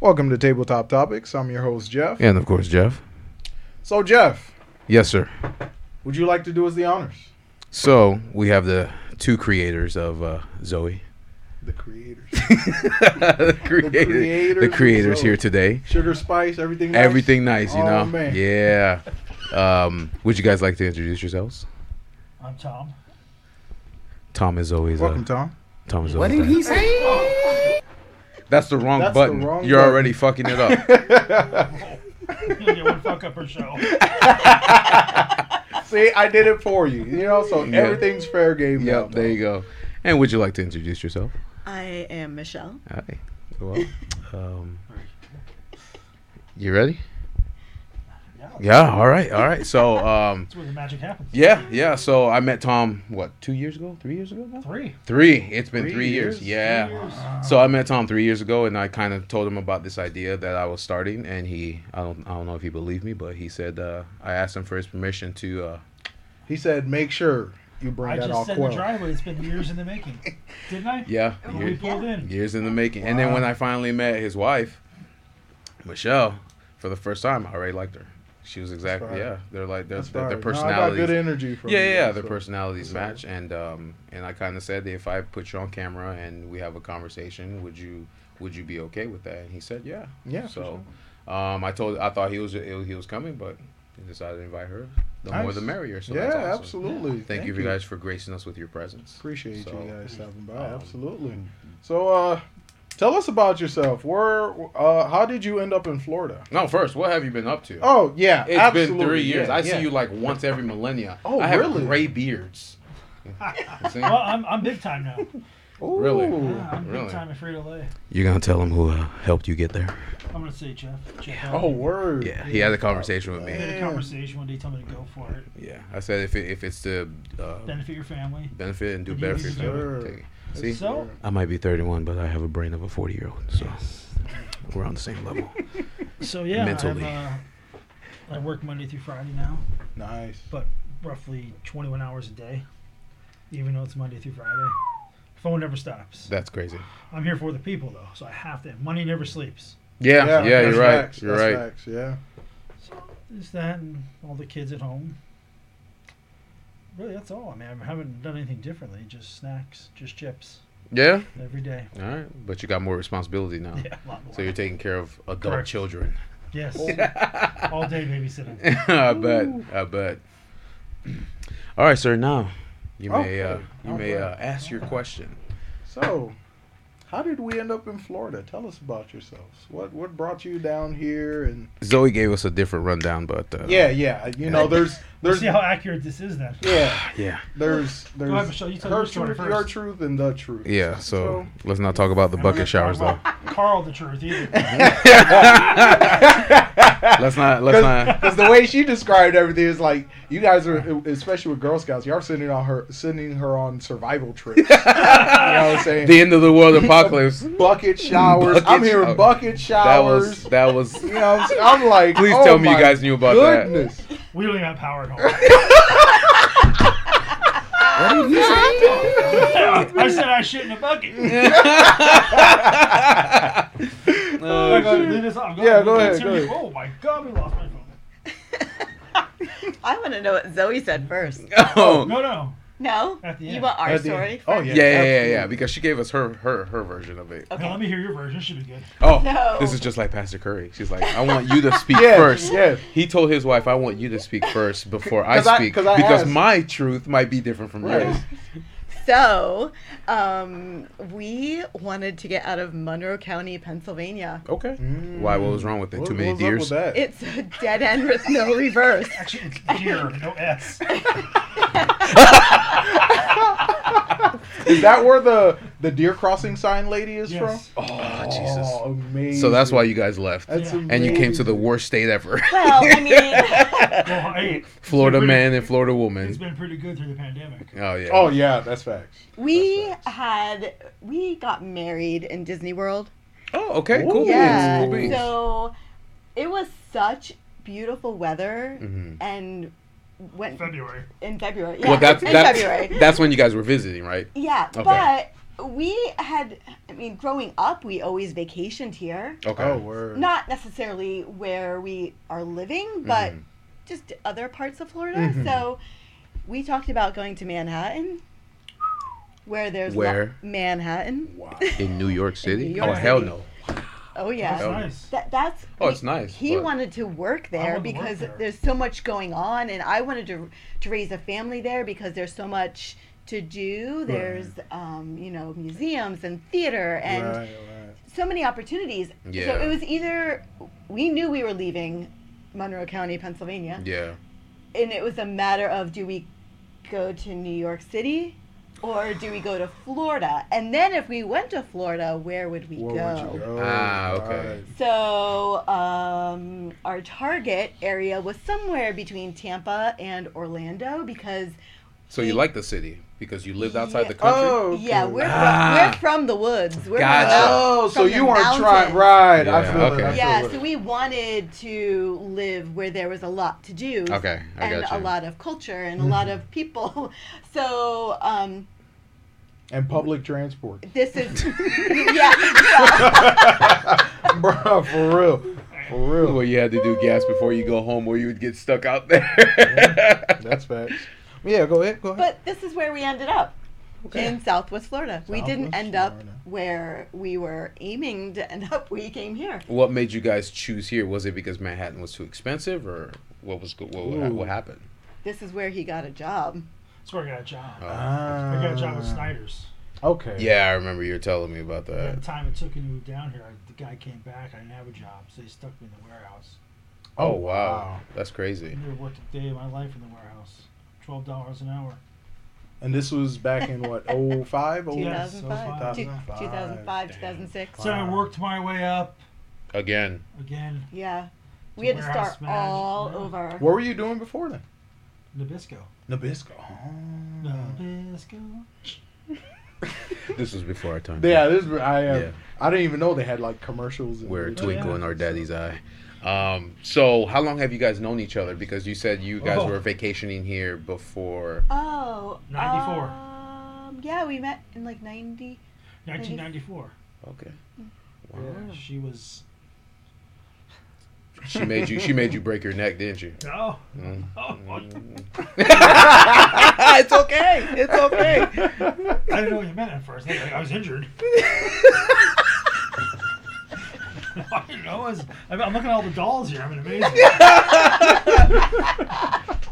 Welcome to Tabletop Topics. I'm your host, Jeff. And of course, Jeff. So, Jeff, Yes, sir. would you like to do us the honors? So we have the two creators of uh, Zoe. The creators. the, creator- the creators creators, of Zoe. here today. Sugar Spice, everything. nice? Everything nice, you Oh, know. man. Yeah. Um, would you guys like to introduce yourselves? I'm Tom. Tom is always. Welcome, Uh, Tom. Tom is What always did he say? That's the wrong That's the button. wrong You're button. already fucking it up. You'll get one fuck up per show. See, I did it for you. You know, so Yeah. everything's fair game. now, yep. There you go. And would you like to introduce yourself? I am Michelle. Hi. Well, um, you ready? Yeah. Yeah. All right. All right. So, um, That's where the magic happens. yeah, yeah. So I met Tom. What? Two years ago? Three years ago? Now? Three. Three. It's been Three three, years. years? Yeah. Three years. So I met Tom three years ago, and I kind of told him about this idea that I was starting, and he, I don't, I don't know if he believed me, but he said uh, I asked him for his permission to. Uh, He said, make sure you bring I that just all said in the coil. driveway. It's been years in the making. Didn't I? yeah. When we year- pulled in. years in the making. And then when I finally met his wife, Michelle, for the first time, I already liked her. She was exactly right. yeah. They're like their, That's their, their right. No, I got personalities. good energy from yeah, you, yeah, yeah, so- their personalities That's right. match, and um, and I kind of said if I put you on camera and we have a conversation, would you would you be okay with that? And he said yeah. Yeah, for So, um, I told I thought he was he was coming, but he decided to invite her. The more Nice. the merrier. So yeah, that's awesome. absolutely. Thank, you, you guys for gracing us with your presence. Appreciate So, you guys stopping by. um, absolutely. So, uh, tell us about yourself. Where? Uh, how did you end up in Florida? No, first, what have you been up to? Oh yeah, It's absolutely. been three years. Yeah, I yeah. see you like once every millennia. Oh, I have really? gray beards. You see? Well, I'm, I'm big time now. Ooh. Really? Yeah, I'm Really? big time in Frito Lay. You're gonna tell him who uh, helped you get there. I'm gonna say Jeff. Jeff Oh word. Yeah, he had a conversation with me. We had a conversation one day. Told me to go for it. Yeah, I said if it, if it's to uh, Benefit your family. benefit and do You better for deserve yourself, it. take it. See, So I might be 31, but I have a brain of a 40 year old, so we're on the same level. so yeah. Mentally. I'm, uh, I work Monday through Friday now, Nice. roughly 21 hours a day, even though it's Monday through Friday. Phone never stops. That's crazy. I'm here for the people though, so I have to. Money never sleeps. Yeah, yeah, that's you're right. facts, You're that's right. Facts, yeah. There's that and all the kids at home. Really, that's all. I mean, I haven't done anything differently. Just snacks, just chips Yeah, every day. all right. But you got more responsibility now, Yeah, a lot more. so you're taking care of adult Correct. children. yes, all day babysitting. I bet. I bet. All right, sir. Now you may uh, Okay, you may okay, uh, ask your question. So, how did we end up in Florida? Tell us about yourselves. What what brought you down here? And Zoe gave us a different rundown, but uh, yeah, yeah. You know, there's We'll there's see how accurate this is then. yeah, yeah, there's there's ahead, Michelle, you tell her your story truth, first. your truth, and the truth. yeah. So let's not talk about the bucket showers though. Carl, the truth. Either. Let's not. Let's not. Because the way she described everything is like you guys are, e, especially with Girl Scouts, y'all sending on her sending her on survival trips. you know what I'm saying? The end of the world apocalypse. bucket showers. I'm Bucket hearing shower. bucket That showers. was. That was. you know, what I'm, saying? I'm like, Please oh tell me you my guys knew about that. goodness. that. We don't even have power at home. What did he I said I shit in a bucket. I gotta leave this off. Yeah, go ahead, Continue. go ahead. Oh my god, we lost my phone. I want to know what Zoe said first. Oh. No, no. No, At the you end. want our At the story? end. Oh, first? Yeah, yeah, yeah, yeah. absolutely. Because she gave us her her her version of it. No, Okay. let me hear your version. Should be good. Oh, No. this is just like Pastor Curry. She's like, I want you to speak Yes, first. yes. He told his wife, I want you to speak first before I 'Cause I- speak 'cause I because asked. my truth might be different from Right. yours. So, um, we wanted to get out of Monroe County, Pennsylvania. Okay. Why? What was wrong with it? Mm. What- Too many what's up with deers. that? It's a dead end with no reverse. Actually, it's deer, no S. Is that where the the deer crossing sign lady is Yes. from? Oh, Jesus. Oh, amazing. So that's why you guys left, That's Yeah. and you came to amazing. the worst state ever. Well, I mean, Well, hey, Florida It's been man and Florida Pretty, woman. it's been pretty good through the pandemic. Oh yeah. Oh yeah, that's facts. we had we got married in Disney World. Oh, okay. Cool. Ooh. beans, Yeah. Cool beans. So it was such beautiful weather Mhm. and went February. in February. Yeah, Well, that's in that's February. that's when you guys were visiting, right? yeah, Okay. but we had. I mean, growing up, we always vacationed here. Okay. Oh, word. Not necessarily where we are living, but Mhm. just other parts of Florida. Mhm. So we talked about going to Manhattan, where there's lo- Where? Manhattan. Wow. in New York City. New York oh hell City. no. Oh yeah. That's Hell yeah. nice. That, that's Oh, it's nice, He but- wanted to work there wanted to work because there. there's so much going on, and I wanted to to raise a family there because there's so much to do. There's um, you know museums and theater and right, right. so many opportunities. So Yeah. it was either we knew we were leaving Monroe County, Pennsylvania, Yeah. and it was a matter of do we go to New York City. Or do we go to Florida? And then if we went to Florida, where would we Where would you go? Ah, okay. so um, our target area was somewhere between Tampa and Orlando because So you like the city because you lived outside the Yeah. country. Oh, yeah we're Ah. from, we're from the woods. We're from Gotcha. the- Oh, so from the you weren't trying. mountains. Right. I Yeah, feel okay. it. I feel Yeah, it. so we wanted to live where there was a lot to do. Okay, I and gotcha. Mm-hmm. a lot of culture and a lot of people. So um, and public transport. this is yeah. well, Bro, for real. For real. Well, you had to do gas before you go home, or you would get stuck out there. That's facts. Yeah, go ahead. Go ahead. But this is where we ended up. In Southwest Florida. we didn't Southwest end up Florida. where we were aiming to end up. We came here. what made you guys choose here? Was it because Manhattan was too expensive, or what was go- what what, Ooh. what happened? Oh. This is where he got a job. That's where I got a job. Ah. I got a job at Snyder's. Okay. Yeah, I remember you were telling me about At that. the time it took me to move down here, I, the guy came back. I didn't have a job, so he stuck me in the warehouse. Oh wow, that's crazy. I never worked a day of my life in the warehouse. Twelve dollars an hour. And this was back in what, 05? Oh, Yeah. 2005, two- 2005. 2005, Damn. 2006. So I Wow. worked my way up Again, again. Yeah. We So had to warehouse start manager, all yeah. over. What were you doing before then? Nabisco. Nabisco. Nabisco. this was before our time. Yeah, this is- I uh, Yeah. I didn't even know they had like commercials. And we're a Yeah. twinkle in our daddy's eye. Um, so how long have you guys known each other? Because you said you guys Oh. were vacationing here before. Oh. 94. Um, yeah, we met in like 90. 1994. Okay. Wow. Yeah, she was. She made you. She made you break your neck, didn't you? Oh, Mm. oh, I it's okay. It's okay. Oh, didn't know what you meant at first. I, I was injured. I didn't know. I was, I'm I'm looking at all the dolls here. I'm in amazement.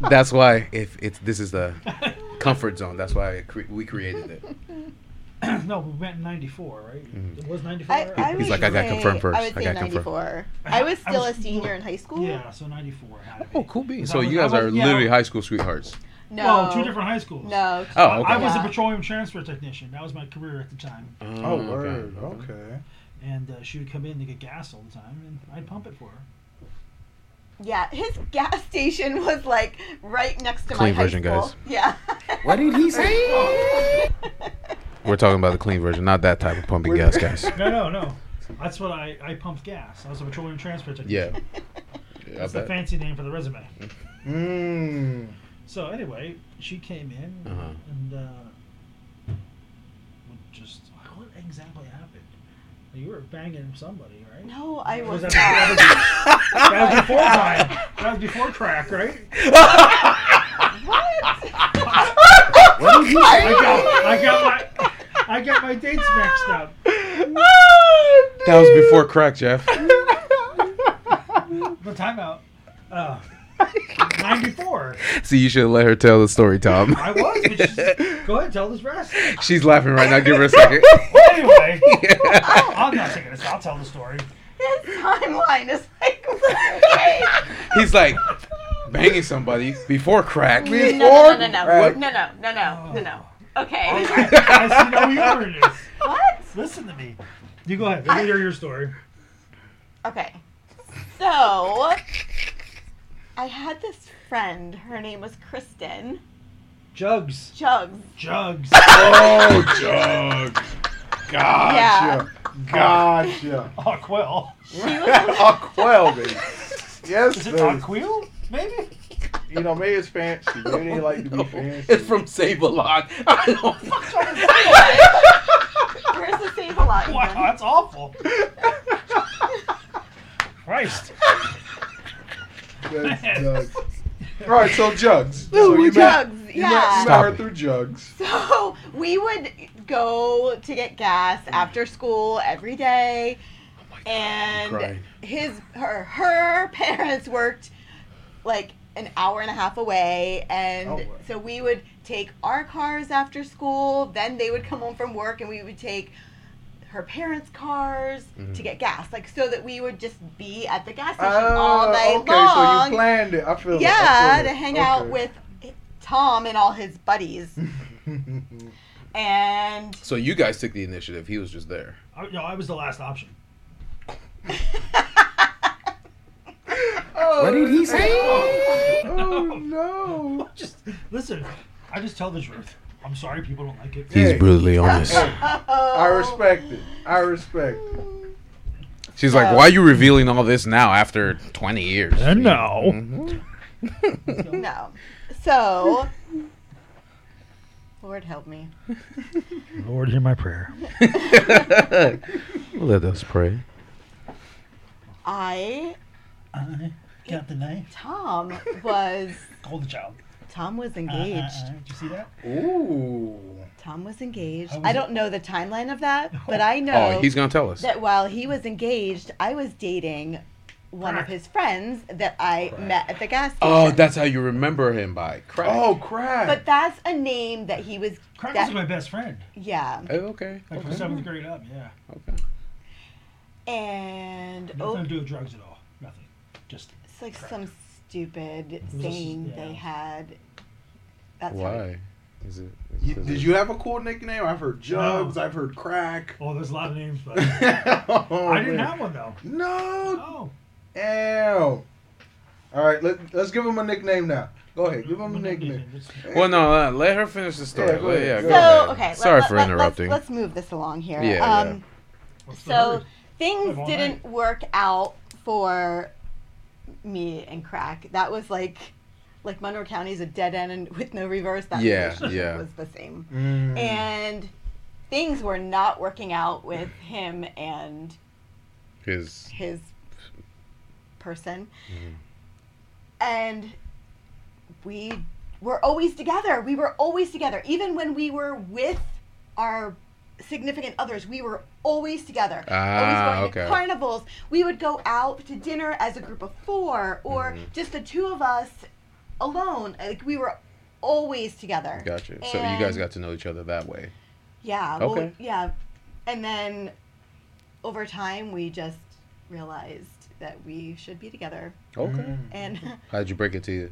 That's why if it's this is the comfort zone. That's why it cre- we created it. no, we went in '94, right? It was '94. I, I Mm-hmm. He's would like, I got say- confirmed first. I would I say got confirmed. 94. I was I still was- a senior in high school. yeah, so '94. Oh, cool beans. So I was- you guys I are was- yeah. literally high school sweethearts. No. No, two different high schools. No. two- Oh, okay. I was a Yeah. petroleum transfer technician. That was my career at the time. Oh, word. Okay. And uh, she would come in to get gas all the time, and I'd pump it for her. Yeah, his gas station was like right next to Clean my high version, school. guys. Yeah. What did he say? We're talking about the clean version, not that type of pumping gas, guys. No, no, no. That's what I, I pumped gas. I was a petroleum transfer technician. Yeah. Yeah, I That's the bet. fancy name for the resume. Mm. So anyway, she came in Uh-huh. and uh, would just what exactly happened? You were banging somebody, right? no, I was Was that, not. that, was, that was before time. That was before crack, right? What? What did he I say? got, I got my, I got my dates mixed up. Oh, That was before crack, Jeff. But timeout. Uh, Ninety-four. See, you should have let her tell the story, Tom. I was. But she's- go ahead, tell this rest. She's laughing right now. Give her a second. Anyway, I'm not taking this. I'll tell the story. His timeline is like. okay. He's like banging somebody before crack. No, Or- no, no, no, no, Right. no, no, no, no, no, no. Okay. I see no humor in this. What? Listen to me. You go ahead. Let me hear your story. Okay. So, I had this friend. Her name was Kristen Jugs. Jugs. Jugs. Oh, Jug. Gotcha. Gotcha. oh, Quill. oh, quail, baby. Yes, Is it there is. Aquil? Maybe? you know, maybe it's fancy. Maybe they like to be No, fancy. It's from Save a Lot. I Where's the save a lot? Wow, one? that's awful. Christ. That's Jugs. All right, so Jugs. so Ooh, you met- jugs. you met- Yeah. You met Stop her it. through Jugs. So we would go to get gas Mm. after school every day, Oh and crying. his her her parents worked like an hour and a half away, and Oh, wow. so we would take our cars after school. Then they would come home from work, and we would take her parents' cars to Mm. Mhm. get gas, like so that we would just be at the gas station all Oh, night okay, so long. you planned it. I feel it. I yeah, feel to it. hang Okay. out with Tom and all his buddies. and So you guys took the initiative. He was just there. I, no, I was the last option. oh, What did he say? Oh, oh, no. Just listen. I just tell the truth. I'm sorry, people don't like it. He's Hey. brutally honest. I respect it. I respect it. She's like, why are you revealing all this now after 20 years? I know. Mhm. No. So, Lord help me. Lord, hear my prayer. Let us pray. I I got the Uh-huh. knife. Tom was Hold the child. Tom was Uh, uh, engaged. uh, Did you see that? Ooh. Tom was engaged. How was I it? don't know the timeline of that, but I know Oh, he's going to tell us. that while he was engaged, I was dating one of his friends that I met at the gas station. Oh, that's how you remember him by crack. Oh, crap. But that's a name that he was. Craig that- was my best friend. yeah. Oh, okay. Like from Okay. seventh grade up, yeah. okay. And Nothing oh, to do with drugs at all. Nothing. Just it's like some stupid was a- thing they yeah. had. That's how Why? Is it? is You- it- did you have a cool nickname? I've heard Jugs. I've heard Crack. oh, there's a lot of names, but Oh, I didn't man. have one though. No. Oh, Ew. All right, let, let's give him a nickname now. Go ahead, give him a nickname. Well, no, uh, let her finish the story. Yeah, go Let- ahead, yeah, go go ahead. So ahead. okay, Sorry let- for let- let's- interrupting. Let's, move this along here. Yeah, yeah. um, What's the So hurry? things Come on. didn't work out for me and crack. That was like, like Monroe County is a dead end and with no reverse. That Yeah, relationship yeah. was the same, Hmm. Mm. and things were not working out with him and His his person. Mhm. And we were always together. We were always together. Even when we were with our significant others, we were always together. Ah, always okay. to carnivals. We would go out to dinner as a group of four or Mm-hmm. just the two of us alone. Like we were always together. gotcha. So you guys And- got to know each other that way. yeah. Well, Okay. yeah. And then over time, we just realized that we should be together. Okay. Mm-hmm. And How did you break it to you?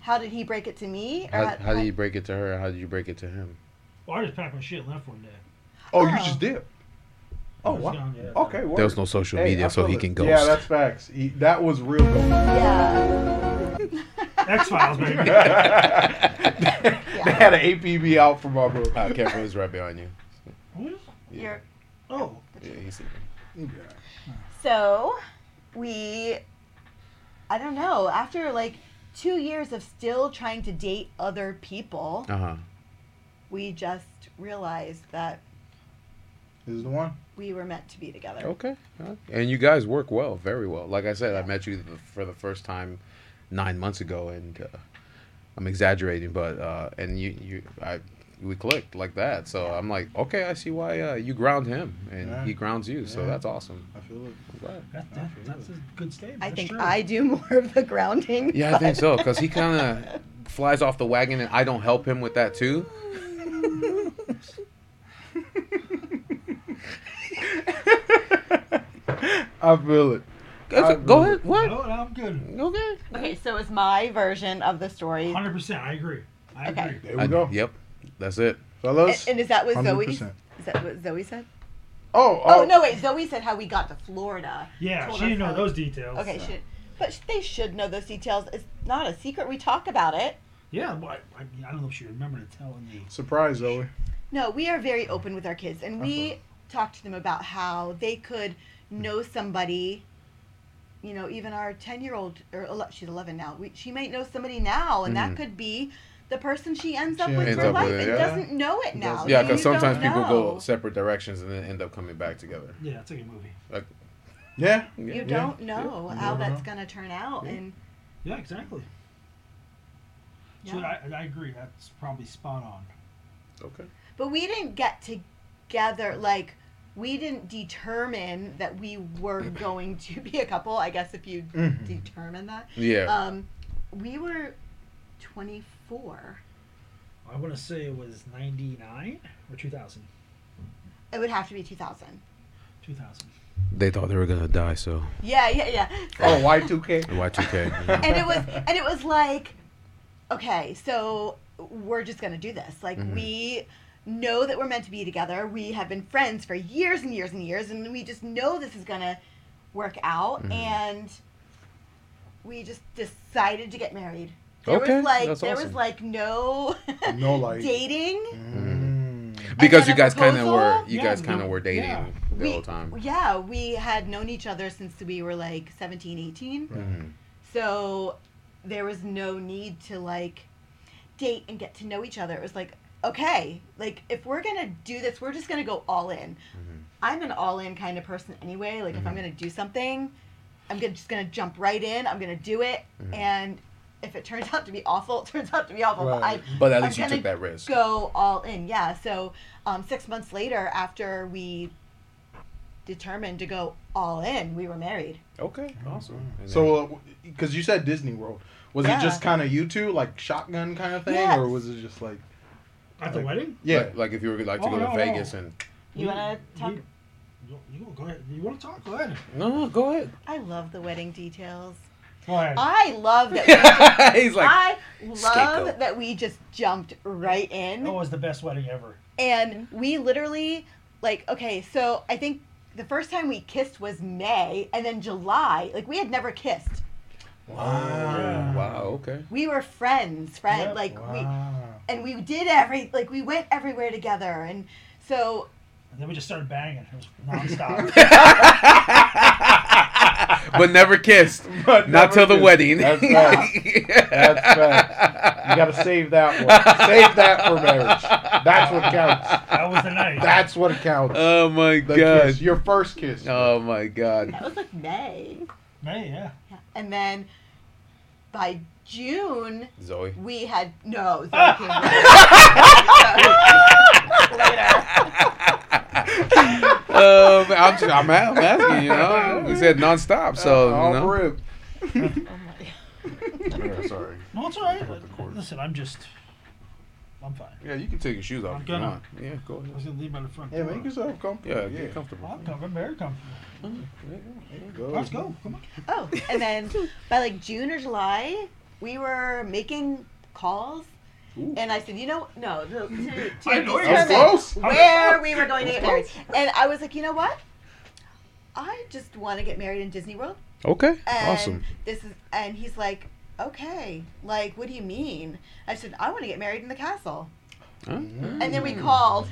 how did he break it to me? How, how did you break it to her? How did you break it to him? Well, I just packed my shit and left one day. Oh, you Oh. just did. Oh, I was wow. gone, yeah. Okay. Word. There was no social Hey, I media, so feel he it. can ghost. Yeah, that's facts. He, that was real ghost. Yeah. X Files, baby. they had an APB out from our book. uh, careful, he's right behind you. Who's- You're, oh, Yeah, he's so we, I don't know, after like two years of still trying to date other people, uh huh. we just realized that This is the one. we were meant to be together. Okay. All right. And you guys work well, very well. Like I said, I met you the, for the first time nine months ago, and uh, I'm exaggerating, but uh, and you, you, I, we clicked like that. So I'm like, okay, I see why uh, you ground him, and Yeah. he grounds you. So Yeah. that's awesome. I feel it. I'm glad. that, that, that's a good statement. I That's think true. I do more of the grounding. Yeah, I think so, because he kind of flies off the wagon, and I don't help him with that too. I feel it. I go agree. ahead. What? No, no, I'm good. Okay. Okay, so it's my version of the story. 100%. I agree. I Okay. agree. There we I- go, Yep. That's it. And, fellas. and is that what Zoe? 100%. Is that what Zoe said? oh, Oh, no, wait. Zoe said how we got to Florida. Yeah, Told she didn't us know how- those details. Okay, should, but sh- they should know those details. It's not a secret. We talk about it. Yeah, well, I, I, I don't know if she remembered to tell me. Surprise, Zoe. No, we are very open with our kids, and we talk to them about how they could know somebody you know, even our 10 year old, or ele- she's 11 now, we, she might know somebody now, and Mhm. that could be the person she ends up She with ends for up with life it, and yeah. doesn't know it now. Doesn't. Yeah, Oh, You because don't sometimes people go know. separate directions and then end up coming back together. Yeah, it's like a movie. Yeah. Yeah. You Yeah. don't know You how never that's know. going to turn out. Yeah. And Yeah, exactly. So Yeah. I, I agree. That's probably spot on. Okay. But we didn't get together like we didn't determine that we were going to be a couple. I guess if you Mhm. determine that, Yeah. Uh, um, we were twenty four. I want to say it was 99 or 2000. It would have to be two thousand. 2000. they thought they were gonna die, so Yeah, yeah, yeah. Oh, Y2K. Y2K, yeah. and it was and it was like, okay, so we're just gonna do this. Like Mhm. we know that we're meant to be together. We have been friends for years and years and years, and we just know this is gonna work out. Mhm. And we just decided to get married. There Okay, was like that's there awesome. was like no No, like- dating. Mm. because then you a guys kind of were proposal? you Yeah, guys kind no, of were dating yeah. the We- whole time. Yeah, we had known each other since we were like 17, 18. Mhm. So there was no need to like date and get to know each other. It was like, okay, like if we're gonna do this, we're just gonna go all in. Mhm. I'm an all in kind of person anyway. Like if I'm Mhm. gonna do something, I'm gonna, just gonna jump right in. I'm gonna do it. Mhm. And if it turns out to be awful, it turns out to be awful. But Right. I, But at I'm least you gonna took that risk. go all in. Yeah. So um, six months later, after we determined to go all in, we were married. Okay, Oh. awesome. And then- So, because you said Disney World, was Yeah. it just kind of you two, like shotgun kind of thing, Yes. or was it just like At the Like- wedding? yeah? like, like if you were like to Oh, go to no, no. Vegas and We- You wanna talk- we- you- you go ahead. You want to talk? Go ahead. no, no, go ahead. I love the wedding details. Go ahead. I love that. He's like, I love scapegoat. that we just jumped right in. That was the best wedding ever. And we literally, like, okay, so I think the first time we kissed was May, and then July, like, we had never kissed. wow, wow, okay. We were friends, friend. Yep. Like, we, Wow. and we did every, like, we went everywhere together. And so, And then we just started banging. It was nonstop. but never kissed. But Not till the never wedding. kissed. That's facts. That's facts. You gotta save that one. Save that for marriage. That's what counts. that was the night. That's what counts. Oh my the kiss, god. your first kiss. Oh my god. that was like May. May, yeah. And then by June, Zoe. we had, no, Zoe came um, I'm, just, I'm, I'm asking, you know. We said nonstop, so All you know. rip. Yeah, sorry. No, it's all right. Cut the cord. Listen, I'm just. I'm fine. Yeah, you can take your shoes off I'm if you gonna. want. Yeah, go I was ahead. going to leave by the front Yeah, door. make yourself Yeah, comfortable. get comfortable. I'm coming. Very comfortable. Go. Let's go. Come on. Oh, and then by like June or July, we were making calls. Ooh. And I said, you know, no, to, to, to I know you're determine close. I'm where we were going to get married. And I was like, you know what? I just want to get married in Disney World. Okay, And awesome. This is, and he's like, okay, like, what do you mean? I said, I want to get married in the castle. Huh? Mm-hmm. And then we Mm. called,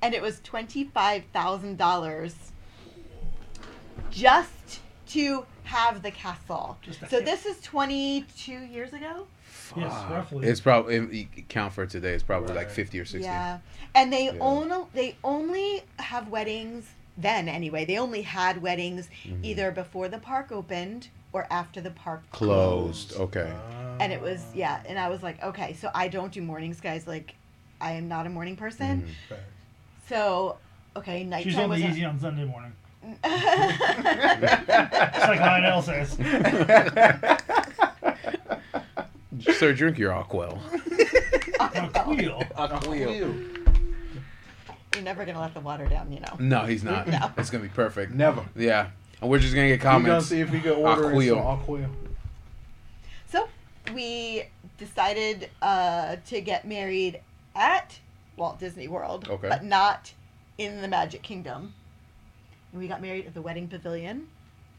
and it was twenty five thousand dollars just to have the castle. Just a So hit. this is twenty two years ago. Yes, Fuck. roughly. It's probably if you count for today. It's probably like Right. fifty or sixty. Yeah, and they Yeah. own they only have weddings then anyway. They only had weddings Mm-hmm. either before the park opened or after the park Closed. Okay. and it was yeah and i was like okay so i don't do mornings guys like i am not a morning person Mhm. Facts. so okay nighttime Mm-hmm. She's only was a- easy on Sunday morning. I It's like Lionel says. Sir, drink your Aquel. Aquil. You're never gonna let the water down, you know. No, he's not. No. It's gonna be perfect. Never. Yeah, and we're just gonna get We're gonna comments. see if we can order in some Aquil. Aquil. So we decided uh, to get married at Walt Disney World, Okay. but not in the Magic Kingdom. And we got married at the Wedding Pavilion,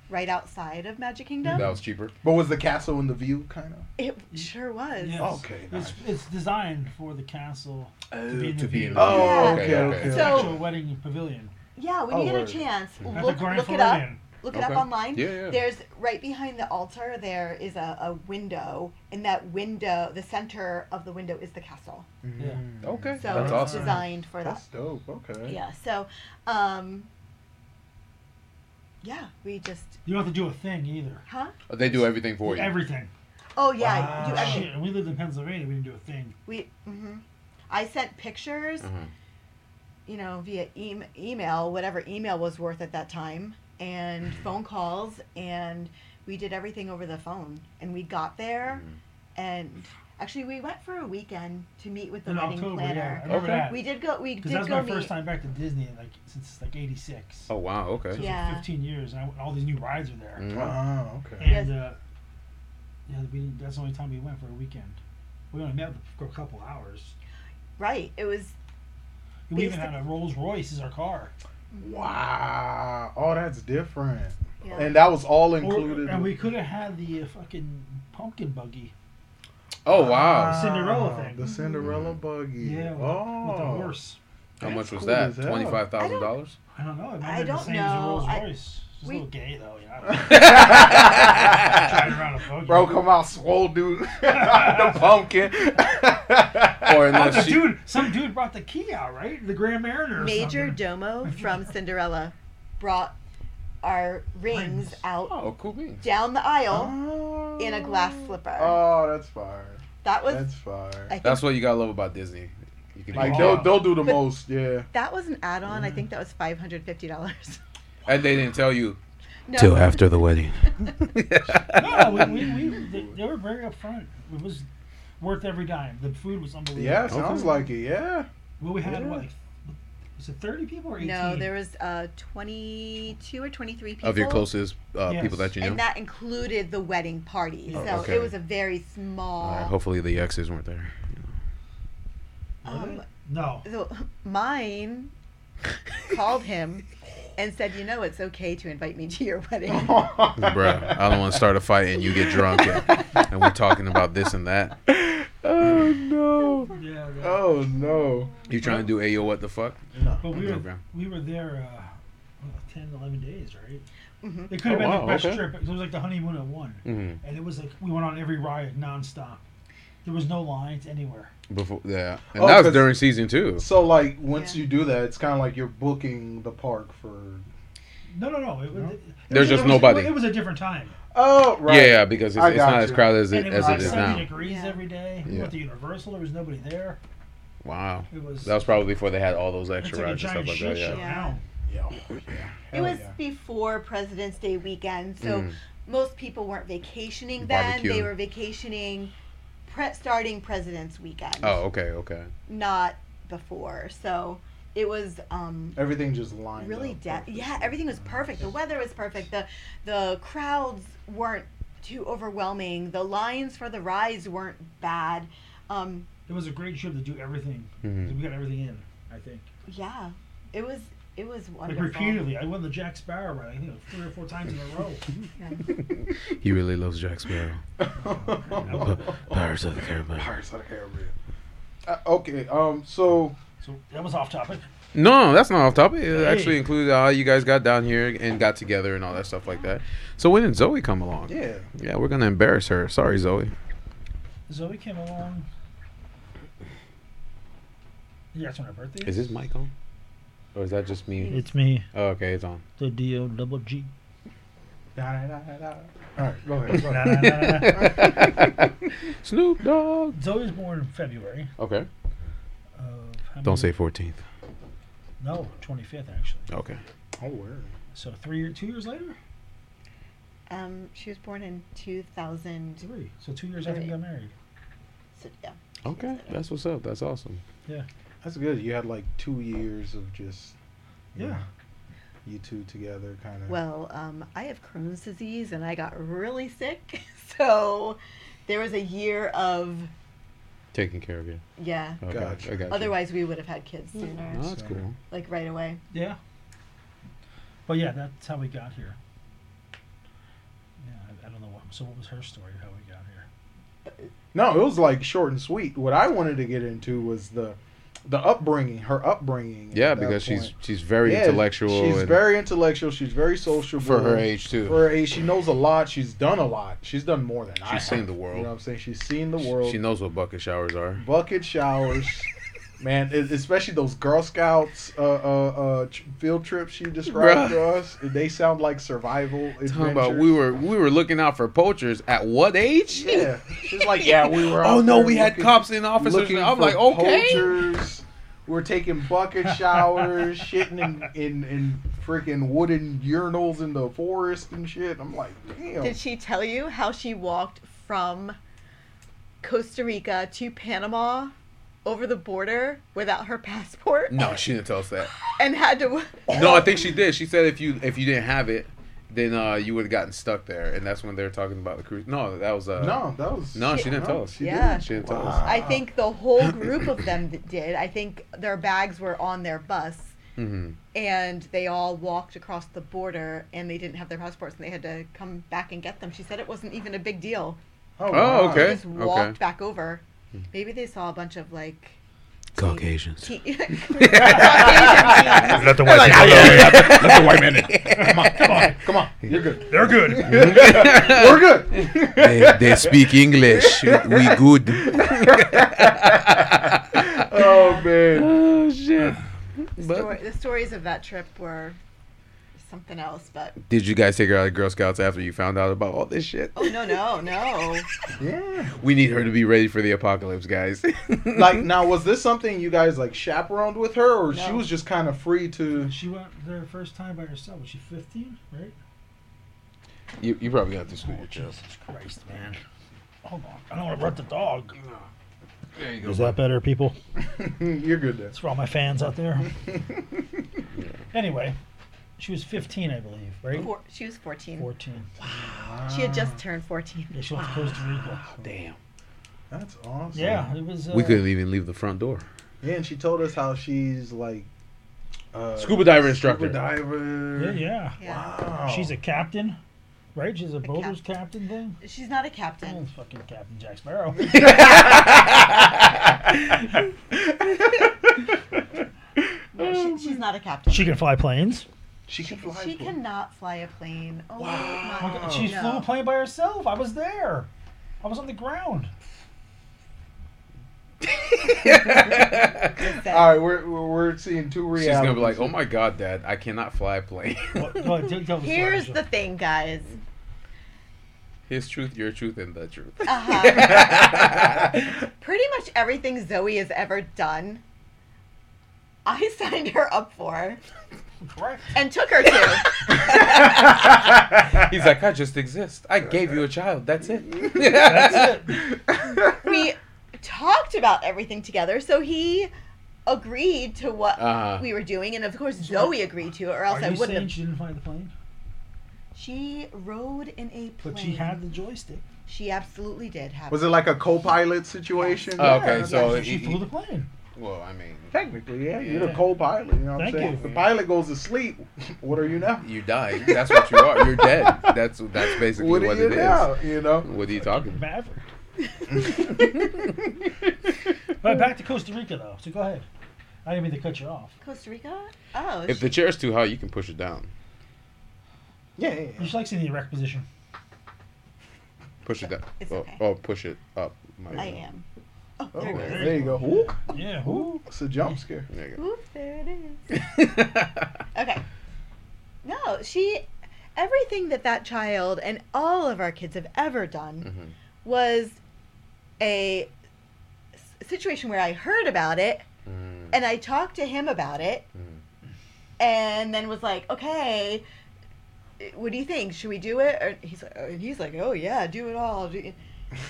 right outside of Magic Kingdom. That was cheaper. But was the castle in the view kind of? It sure was. Yes. Okay, It's, it's designed for the castle. To be in the view. Oh, Yeah. okay, okay. It's So- actual wedding pavilion. Yeah, when Oh, you get word. a chance, Mm-hmm. At look, the Grand look it up. Floridian. Look it Okay. up online. Yeah, yeah. There's right behind the altar. There is a, a window, and that window, the center of the window, is the castle. Yeah. Okay, So that's it's awesome. designed for that. That's dope. Okay. Mm. Yeah. So, um, yeah, we just You don't have to do a thing either. huh? They do everything for you. Everything. Oh yeah, you. Wow. I mean, Shit, and we lived in Pennsylvania. We didn't do a thing. we. hmm I sent pictures. Mm-hmm. Uh-huh. you know, via e- email, whatever email was worth at that time, and Mm-hmm. phone calls, and we did everything over the phone. And we got there, Mm-hmm. and actually, we went for a weekend to meet with the in wedding October, yeah. planner. I Okay. remember that. We did go. We Because did that was go my meet. first time back to Disney like since like '86. Oh wow. So it Okay. was Yeah. like 15 years, and I went, all these new rides are there. Mm. Oh, okay. And uh, yeah, we didn't, that's the only time we went for a weekend. We only met for a couple hours. Right. It was. We Is even the- had a Rolls Royce as our car. Wow. Oh, that's different. Yeah. And that was all Or- included. and we could have had the uh, fucking pumpkin buggy. Oh wow. Ah. Cinderella thing. The Cinderella Mm. buggy. Yeah, with, oh. with the horse. How much That's was cool that? as hell. Twenty five thousand dollars. I don't know. It might I have been the don't same as a know. Rolls I- Royce. It's a we- little gay though. You know. I don't know. Driving Bro, around a buggy. come out, swole dude. the pumpkin. Or Oh, the unless you, dude, some dude brought the key out, right? The Grand Mariner. Or Major something. Domo from Cinderella brought our rings Rings. out oh cool beans. down the aisle Oh. in a glass slipper. Oh, that's fire. that was. That's fire. I think That's what you gotta love about Disney. You can Like do- they'll they'll do the But- most, yeah. that was an add-on. I think that was five hundred fifty dollars. and they didn't tell you No. the wedding. No, we, we, we they, they were very upfront. It was worth every dime. The food was unbelievable. Yeah, Okay. sounds like it. Yeah. Well, we had Yeah. what? Like, was it thirty people or eighteen? No, there was uh, 22 or 23 people. of your closest uh, Yes. people that you And know. that included the wedding party. Oh, so okay. it was a very small. Uh, hopefully the exes weren't there. um, No. the, mine called him and said, You know, it's okay to invite me to your wedding. Bruh, I don't want to start a fight and you get drunk and, and we're talking about this and that. oh no. Yeah. yeah. Oh no. You trying to do ayo what the fuck? No. But we Okay, were bro. we were there uh, what, 10, 11 days, right? Mhm. It could Oh, have been wow, the best okay. trip. It was like the honeymoon at one, Hmm. Mm-hmm. and it was like we went on every ride nonstop. There was no lines anywhere. Before yeah, and Oh, that was 'cause- during season two. So like once Yeah. you do that, it's kind of like you're booking the park for. No, no, no. It, was No? it- it There's was- just it was- nobody. It was a different time. Oh right. Yeah, yeah, because it's, I it's got not as you. crowded as it, and it was as like it is 70 now. degrees Yeah. every day. We Yeah. went to Universal. There was nobody there. Wow, It was. that was probably before they had all those it's extra like a rides and stuff giant like shit that. Yeah. show yeah. now. Yeah. It Hell was yeah. before President's Day weekend. So Mm. most people weren't vacationing then. They Barbecuing. were vacationing pre- starting President's weekend, Oh, okay, okay. not before. So it was. Um, Everything just lined really up. de- yeah everything was perfect the weather was perfect the the crowds weren't too overwhelming the lines for the rides weren't bad um It was a great trip to do everything. Mhm. We got everything in, I think. yeah it was it was Like wonderful repeatedly, I won the Jack Sparrow ride. I think like three or four times in a row. He really loves Jack Sparrow. Pirates of the Caribbean. Pirates of the Caribbean. Uh, okay. Um. So. So that was off topic. No, that's not off topic. It Hey. actually included how you guys got down here and got together and all that stuff like that. So when did Zoe come along? Yeah. Yeah, we're gonna embarrass her. Sorry, Zoe. Zoe came along. Yeah, that's when her birthday Is this mic on? Or is that just me? It's me, Oh, okay, it's on. the D O double G. Da-da-da-da-da. All right. Go ahead. Go ahead. Snoop Dogg. Zoe was born in February. Okay. Of how Don't say many- 14th. no, twenty fifth actually. Okay. oh, word. So three or two years later, um she was born in 2000 three. So two years after we got married. so, yeah. Okay, that's what's up. That's awesome. That's good. You had like two years of just Yeah. you two together, kind of. well um i have crohn's disease and i got really sick so there was a year of Taking care of you. yeah Okay, Gotcha. I got you. otherwise we would have had kids sooner No, that's cool. like right away Yeah. But yeah, that's how we got here. Yeah, I, I don't know what. So what was her story? How we got here? no, it was like short and sweet. What I wanted to get into was the the upbringing, her upbringing. at Yeah, that because she's point. she's very Yeah, intellectual. She's and very intellectual. She's very sociable for her age too. For her age, she knows a lot. She's done a lot. She's done more than I. She's seen have. the world. You know what I'm saying? She's seen the world. She knows what bucket showers are. bucket showers. Man, e- especially those Girl Scouts uh, uh, uh, ch- field trips she described Bruh. to us, they sound like survival adventures. Talking about we were we were looking out for poachers at what age? yeah, she's like, yeah, we were. Oh out no, there we had looking- cops and officers. looking And I'm for like, okay. poachers. We're taking bucket showers, shitting in in, in freaking wooden urinals in the forest and shit. I'm like, Oh. damn. Did she tell you how she walked from Costa Rica to Panama over the border without her passport No, she didn't tell us that. and had to No, I think she did. She said if you if you didn't have it, then uh, you would have gotten stuck there, and that's when they were talking about the cruise. No, that was uh, no, that was no, she didn't tell us. she Yeah. didn't. She didn't tell Wow. us. I think the whole group of them that did. I think their bags were on their bus hmm and they all walked across the border and they didn't have their passports and they had to come back and get them. She said it wasn't even a big deal. Oh, Oh, They okay. just walked okay. back over. Hmm. Maybe they saw a bunch of like Caucasians. teen- Caucasian teens. Let the white people know. Let the white men in. Come on, come on. Come on, you're good. They're good. We're good. they, they speak English. We good. Oh man. Oh shit. Stor- But the stories of that trip were something else, but did you guys take her out of Girl Scouts after you found out about all this shit? oh no, no, no. Yeah. We need her to be ready for the apocalypse, guys. Like now, was this something you guys like chaperoned with her, or she No. was just kind of free to? She went there first time by herself. Was she 15, right? you, you probably got to school with Joe. Jesus Christ, man. Hold on. I don't want to rut the dog. There you Is that better, people? you're good there. That's for all my fans out there. anyway, she was 15, I believe, right? Four, she was 14. 14. She had just turned 14. Yeah, she went to Costa Rica. Damn. Ah, That's awesome. Yeah, it was. Uh, We couldn't even leave the front door. Yeah, and she told us how she's like uh, Scuba diver instructor. Scuba diver. Yeah, yeah. Yeah. Wow. She's a captain, right? She's a, boaters captain thing. She's not a Oh, captain. fucking Captain Jack Sparrow. No, she, she's not a captain. Oh, she can fly planes. She can fly. She for- cannot fly a plane. Oh, Oh my my God. God, She no. flew a plane by herself. I was there. I was on the ground. Just that- All right, we're we're we're seeing two realities. She's gonna be like, "Oh my god, Dad, I cannot fly a plane." Well, well, tell- tell the story, Here's Joe. the thing, guys. His truth, your truth, and the truth. Uh-huh. Pretty much everything Zoe has ever done, I signed her up for correct. and took her to. He's like, "I just exist. I gave you a child. That's it." That's it. we talked about everything together, so he agreed to what Uh-huh. we were doing, and of course Zoe agreed to it, or else Are I you wouldn't saying have. she didn't fly the plane? She rode in a plane. But she had the joystick. She absolutely did have. Was it like a co-pilot situation? Oh, okay, Yeah, so she he- flew the plane. Well, I mean, Technically, yeah, you're the Yeah. co-pilot. You know what Thank I'm saying? you. If the pilot goes to sleep, what are you now? you died. That's what you are. You're dead. That's that's basically What what, are it you is. now? You know. What are you talking about? Maverick. But back to Costa Rica though. So go ahead. I didn't mean to cut you off. Costa Rica? Oh, If she- the chair's too high, you can push it down. Yeah, yeah, yeah. She likes in the erect position. Push it down. It's oh, okay. oh, push it up. My I am. Oh, Oh, there it goes. there you go. Ooh, Yeah. Who? it's a jump scare. There you Oop, there it is. go. Okay. No, she. Everything that that child and all of our kids have ever done Mhm. was a s- situation where I heard about it Mm. and I talked to him about it, Mhm. and then was like, okay, what do you think? Should we do it? Or he's like, and he's like, oh yeah, do it all. Do it."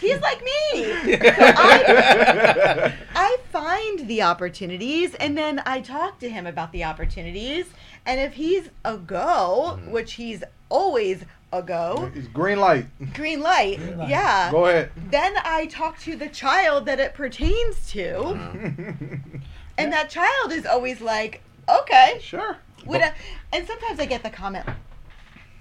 He's like me. I- I find the opportunities, and then I talk to him about the opportunities, and if he's a go, Mm-hmm. which he's always a go, It's green light. green light, Green light. Uh, yeah. Go ahead. Then I talk to the child that it pertains to, Mm-hmm. and that child is always like, okay. sure. Would I, and sometimes I get the comment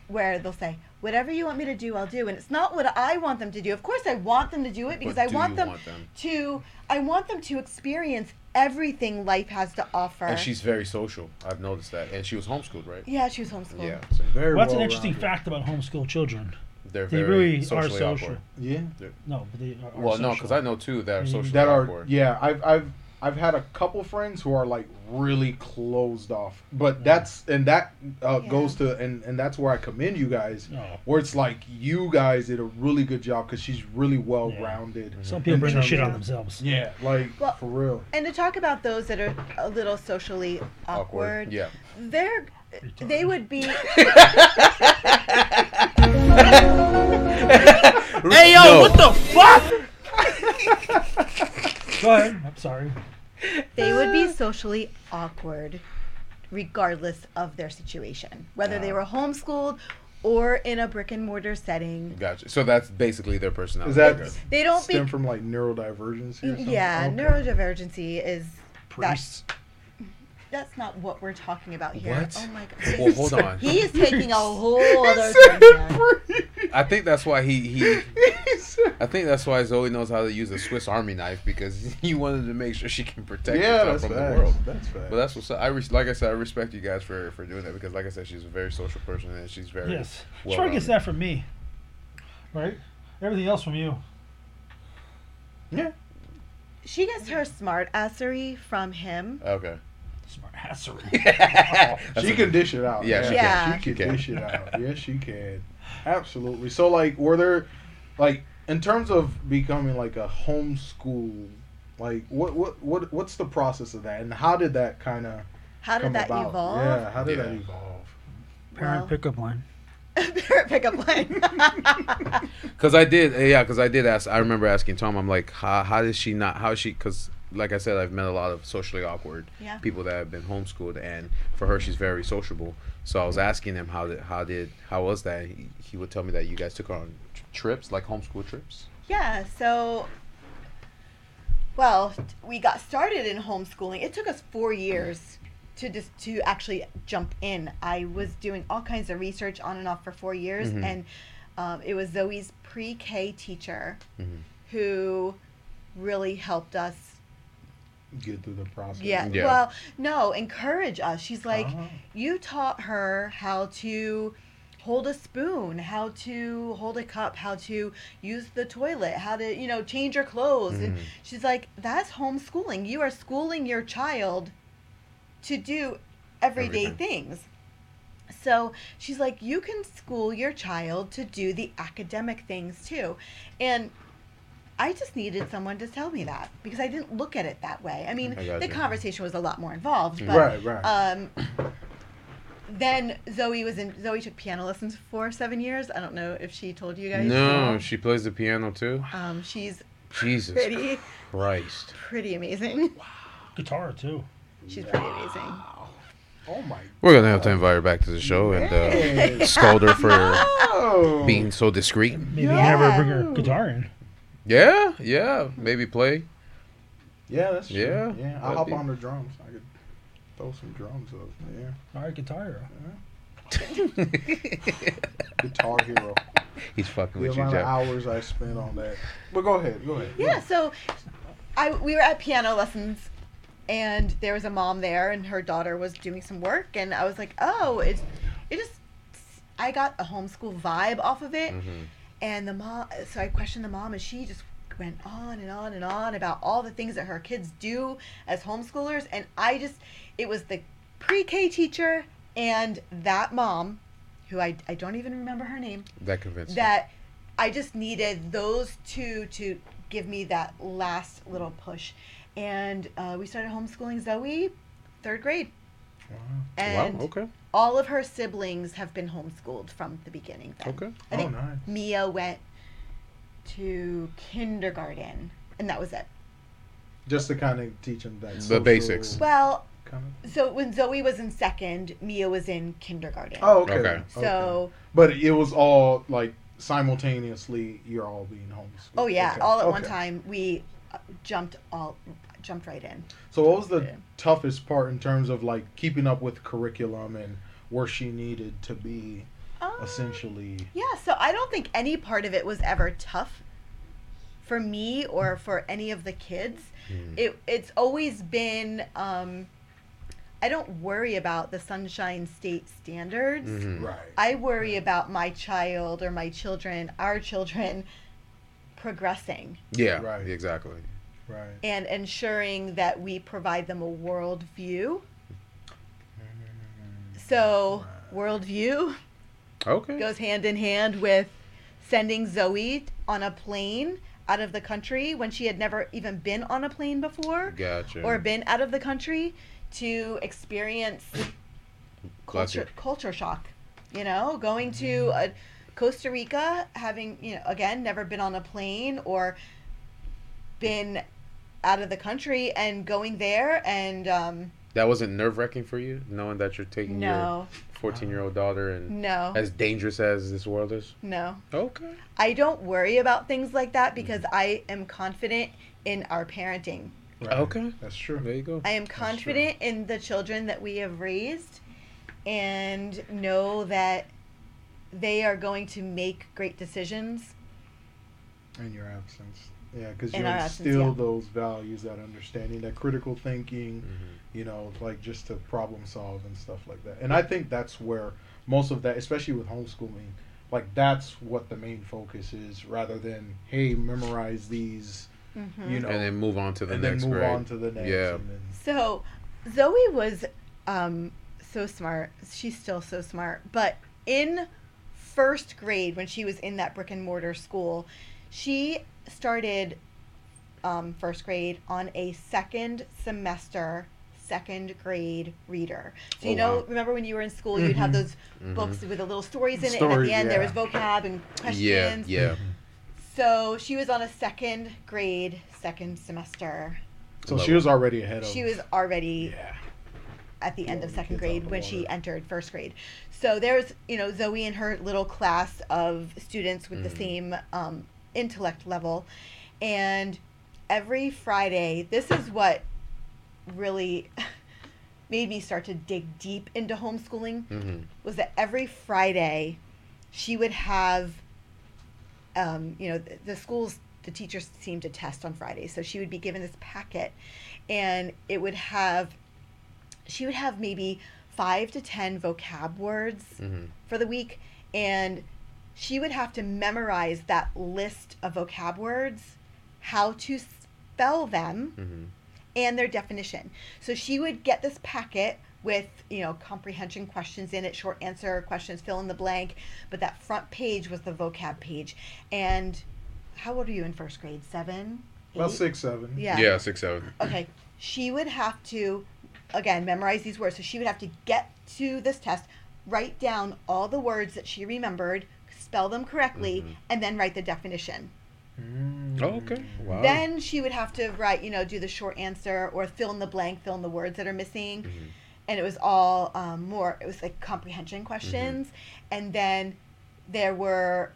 where they'll say, whatever you want me to do, I'll do. And it's not what I want them to do. Of course, I want them to do it because But I do want you them, want them? to. I want them to experience everything life has to offer. And she's very social. I've noticed that. And she was homeschooled, right? yeah, she was homeschooled. Yeah. so Very Well, that's an well interesting rounded. uh, fact about homeschool children. they're They very really are socially social. awkward. Yeah. No, but they are. are Well, no, social. because I know two that are Mhm. socially That are awkward. yeah. I've I've I've had a couple friends who are like really closed off, but that's and that uh, Yeah. goes to and and that's where I commend you guys. No. Where it's like you guys did a really good job because she's really well rounded. Some people bring the shit on themselves. Yeah, like Well- for real. And to talk about those that are a little socially awkward, Yeah. they're they would be Hey yo, what the? Go ahead. I'm sorry. they would be socially awkward regardless of their situation, whether they were homeschooled or in a brick and mortar setting. Gotcha. So that's basically their personality. Is that Okay. They don't stem be from like neurodivergency or something? yeah, Okay. neurodivergency is Priests. that's that's not what we're talking about here. What? Oh my god. Well, hold on. He is taking a whole other said turn. now. I think that's why he he. He said- I think that's why Zoe knows how to use a Swiss Army knife because he wanted to make sure she can protect yeah, herself that's from facts. the world. That's facts. But that's what's I res- like I said I respect you guys for for doing that because like I said she's a very social person and she's very Yes. well Troy gets rounded. that from me. Right? Everything else from you. She gets her smart assery from him. Okay. Smart assery. That's she a- can dish it out. Yeah, she Yeah. can. She She can can. dish it out. Yes, she can. Absolutely. So, like, were there, like, in terms of becoming like a homeschool, like, what, what, what, what's the process of that, and how did that kind of How did come that about? evolve? Yeah, how did that Yeah. evolve? Parent Well- pickup line. Parrot pickup line. Cause I did, eh, yeah. Cause I did ask. I remember asking Tom. I'm like, how, how does she not? How is she? Cause like I said, I've met a lot of socially awkward Yeah. people that have been homeschooled, and for her, she's very sociable. So I was asking him how did how did how was that? He, he would tell me that you guys took her on tr- trips, like homeschool trips. yeah, so well, t- we got started in homeschooling. It took us 4 years to just to actually jump in. I was doing all kinds of research on and off for 4 years Mm-hmm. Mhm. and um, it was Zoe's pre-K teacher Mm-hmm. Mhm. who really helped us Get through the process. Yeah. Yeah. Well, no, encourage us. She's like, Oh. you taught her how to hold a spoon, how to hold a cup, how to use the toilet, how to, you know, change your clothes. And Mhm. she's like, that's homeschooling. You are schooling your child to do everyday Everything. things. So she's like, you can school your child to do the academic things too. And I just needed someone to tell me that because I didn't look at it that way. I mean, I got the you. conversation was a lot more involved, but Right, right. um, then Zoe was in. Zoe took piano lessons for seven years. I don't know if she told you guys. No, she plays the piano too. Um, she's Jesus pretty, Christ. pretty amazing. Guitar, too. She's pretty amazing. oh my. We're gonna have to invite her back to the show and uh, Hey. scold her for Oh. being so discreet. Maybe have her bring Yeah. her guitar in. Yeah, yeah. Maybe play. Yeah, that's true. Yeah, Yeah. I'll that'd hop be- on the drums. I could throw some drums up. Yeah. All right, guitar. Guitar Hero. He's fucking the with you, amount of Jeff. hours I spent on that. But go ahead. Go ahead. Yeah. So, I we were at piano lessons, and there was a mom there, and her daughter was doing some work, and I was like, oh, it's it just. I got a homeschool vibe off of it, Mhm. And the mom, so I questioned the mom, and she just went on and on and on about all the things that her kids do as homeschoolers. And I just, it was the pre K teacher and that mom, who I, I don't even remember her name, That convinced me. that I just needed those two to give me that last little push. And uh, we started homeschooling Zoe, third grade. Wow. And wow. Okay. all of her siblings have been homeschooled from the beginning. Then. Okay. I think oh, nice. Mia went to kindergarten, and that was it. Just to kind of teach them that. The social basics. Well, Kind of, so when Zoe was in second, Mia was in kindergarten. oh, okay. Okay. okay. So, But it was all like simultaneously. You're all being homeschooled. oh yeah, Okay, all at one okay. time we uh, jumped all jumped right in. So what was the Yeah. toughest part in terms of like keeping up with curriculum and where she needed to be Oh. essentially. Yeah, so I don't think any part of it was ever tough for me or for any of the kids. Hmm. It it's always been um I don't worry about the sunshine state standards. Mhm. Right. I worry about my child or my children, our children progressing Yeah, Right. exactly. Right. and ensuring that we provide them a worldview. So, worldview Okay. goes hand in hand with sending Zoe on a plane out of the country when she had never even been on a plane before Gotcha. or been out of the country to experience Gotcha. culture culture shock. You know, going to Mm-hmm. a Costa Rica, having you know again never been on a plane or been out of the country and going there and um, That wasn't nerve wracking for you, knowing that you're taking no, your 14 year old daughter and no, as dangerous as this world is. no. Okay. I don't worry about things like that because Mm-hmm. I am confident in our parenting. Right. Okay. That's true. There you go. I am true. confident in the children that we have raised and know that they are going to make great decisions. In your absence. Yeah, because In you our absence, instill yeah. those values, that understanding, that critical thinking, Mm-hmm. you know, like just to problem solve and stuff like that. And I think that's where most of that, especially with homeschooling, like that's what the main focus is rather than, hey, memorize these, Mhm. you know, and then move on to the and next then move grade. on to the next. Yeah. And then, So Zoe was um, so smart. She's still so smart. But in first grade, when she was in that brick and mortar school, she started um, first grade on a second semester second grade reader. So you Oh, know, wow. remember when you were in school, you'd have those Mhm. books with the little stories in it, and at Stories, the end there was yeah. vocab and questions. Yeah, yeah. So she was on a second grade second semester. so Love she it. was already ahead of. She was already Yeah. at the end of Blowing kids out second of grade the when she water. entered first grade. So there's, you know, Zoe and her little class of students with Mm-hmm. the same um, intellect level. And every Friday, this is what really made me start to dig deep into homeschooling Mm-hmm. hmm was that every Friday she would have, um, you know, the, the schools, the teachers seemed to test on Fridays. So she would be given this packet and it would have, she would have maybe five to 10 vocab words hmm for the week. And she would have to memorize that list of vocab words, how to spell them hmm and their definition. So she would get this packet with, you know, comprehension questions in it, short answer questions, fill in the blank, but that front page was the vocab page. And how old are you in first grade? Seven? About Eight? six, seven. Yeah. Yeah. six, seven. Okay. She would have to, again, memorize these words. So she would have to get to this test, write down all the words that she remembered, spell them correctly, Mhm. and then write the definition. Mm. Oh, okay. Wow. Then she would have to write, you know, do the short answer or fill in the blank, fill in the words that are missing. Mhm. And it was all um, more, it was like comprehension questions. And then there were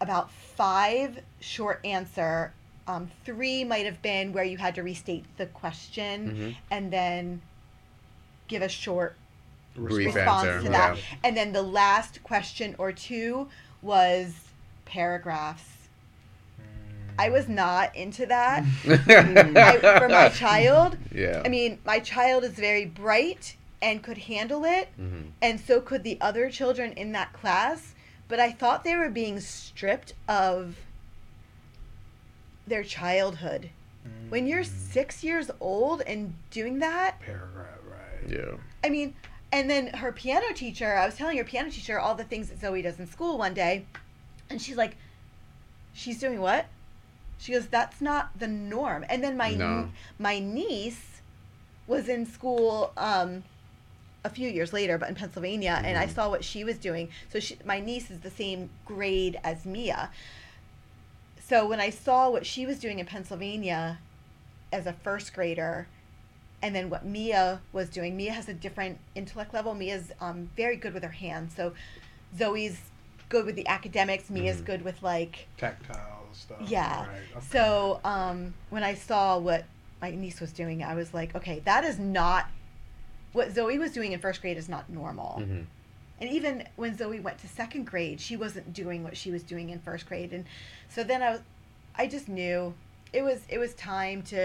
about five short answer. Um, three might have been where you had to restate the question Mhm. and then give a short Brief response answer. to yeah. that. And then the last question or two was paragraphs. I was not into that. Mm. I, for my child. yeah. I mean, my child is very bright and could handle it, hmm and so could the other children in that class. But I thought they were being stripped of their childhood. Mm. When you're six years old and doing that, Paragraph, right? Yeah. I mean, and then her piano teacher, I was telling her piano teacher all the things that Zoe does in school one day, and she's like, she's doing what? She goes, that's not the norm. And then my No. my niece was in school um, a few years later, but in Pennsylvania, and I saw what she was doing. So she, my niece is the same grade as Mia. So when I saw what she was doing in Pennsylvania as a first grader, and then what Mia was doing. Mia has a different intellect level. Mia's um, very good with her hands. So Zoe's good with the academics. Mia's Mhm. good with like Tactile stuff. yeah. Right. okay. So um, when I saw what my niece was doing, I Oh. was like, okay, that is not what Zoe was doing in first grade is not normal. hmm And even when Zoe went to second grade, she wasn't doing what she was doing in first grade. And so then I was, I just knew it was it was time to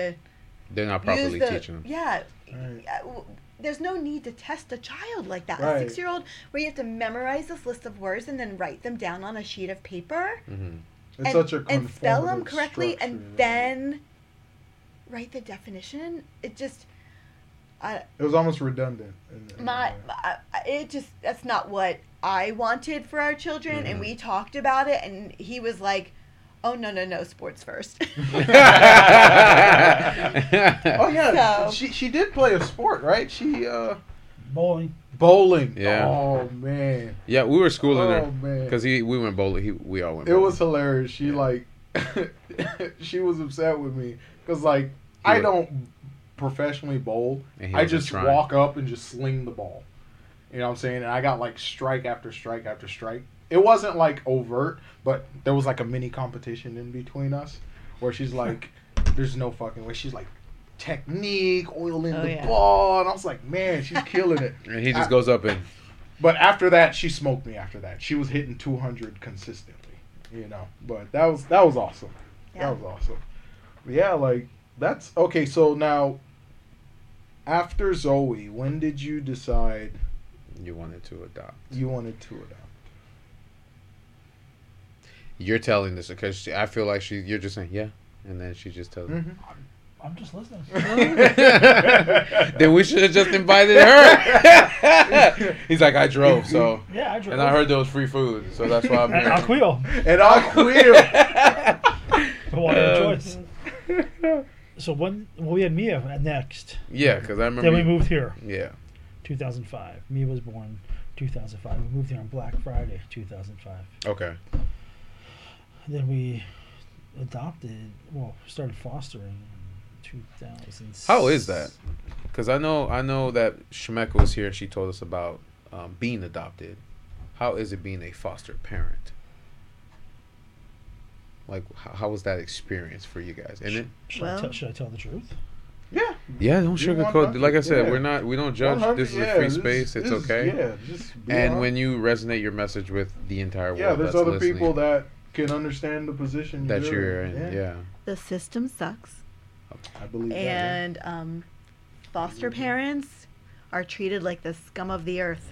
They're not properly use the, teaching them. Yeah. Right. uh, w- There's no need to test a child like that. Right. A six year old, where you have to memorize this list of words and then write them down on a sheet of paper hmm It's and, such a and spell them conformative correctly and structure, right? then write the definition. It just, I, it was almost redundant. in- in a my, way. I- I- it just, that's not what I wanted for our children. And Mm-hmm. Mhm. we talked about it, and he was like, oh, no, no, no, sports first. Mm-hmm. Oh yeah, So- she she did play a sport, right? She uh Bowling. bowling. Yeah. Oh man. yeah, we were schooling Oh her man. because he we went bowling. He, we all went. It was bowling. hilarious. She Yeah. like, she was upset with me because like I would- don't professionally bowl. And he I wasn't just trying. walk up and just sling the ball. You know what I'm saying? And I got like strike after strike after strike. It wasn't like overt, but there was like a mini competition in between us where she's like, "There's no fucking way." She's like, "Technique, oiling Oh, the yeah. ball," and I was like, "Man, she's killing it." and he just I- goes up and But after that, she smoked me. After that, she was hitting 200 consistently. You know, but that was that was awesome. Yeah. That was awesome. But yeah, like that's okay. So now, after Zoe, when did you decide you wanted to adopt. you wanted to adopt? You're telling this because I feel like she. You're just saying yeah, and then she just tells. Mm-hmm. I'm just listening. then we should have just invited her. He's like, I drove, so Yeah, I drove. and I heard there was free food, so that's why I'm At here. Aquil. And I quit. The one of Um, choice. So when well, we had Mia at next, Yeah, because I remember. then we you- moved here. Yeah, 2005. Mia was born 2005. We moved here on Black Friday 2005. okay. Then we adopted, well, started fostering in 2000. How is that? Because I know I know that Shemek was here and she told us about um, being adopted. How is it being a foster parent? Like, how, how was that experience for you guys? And it, Should, I Well- tell, should I tell the truth? yeah. yeah, don't You want sugarcoat. nothing, Like I said, yeah. we're not we don't judge. 100 This is yeah, a free space. It's this is- okay. Yeah. Just be And hon- when you resonate your message with the entire world, yeah, there's that's other listening, people that can understand the position that you're in. Yeah. the system sucks. I believe that. yeah. and um, foster parents are treated like the scum of the earth.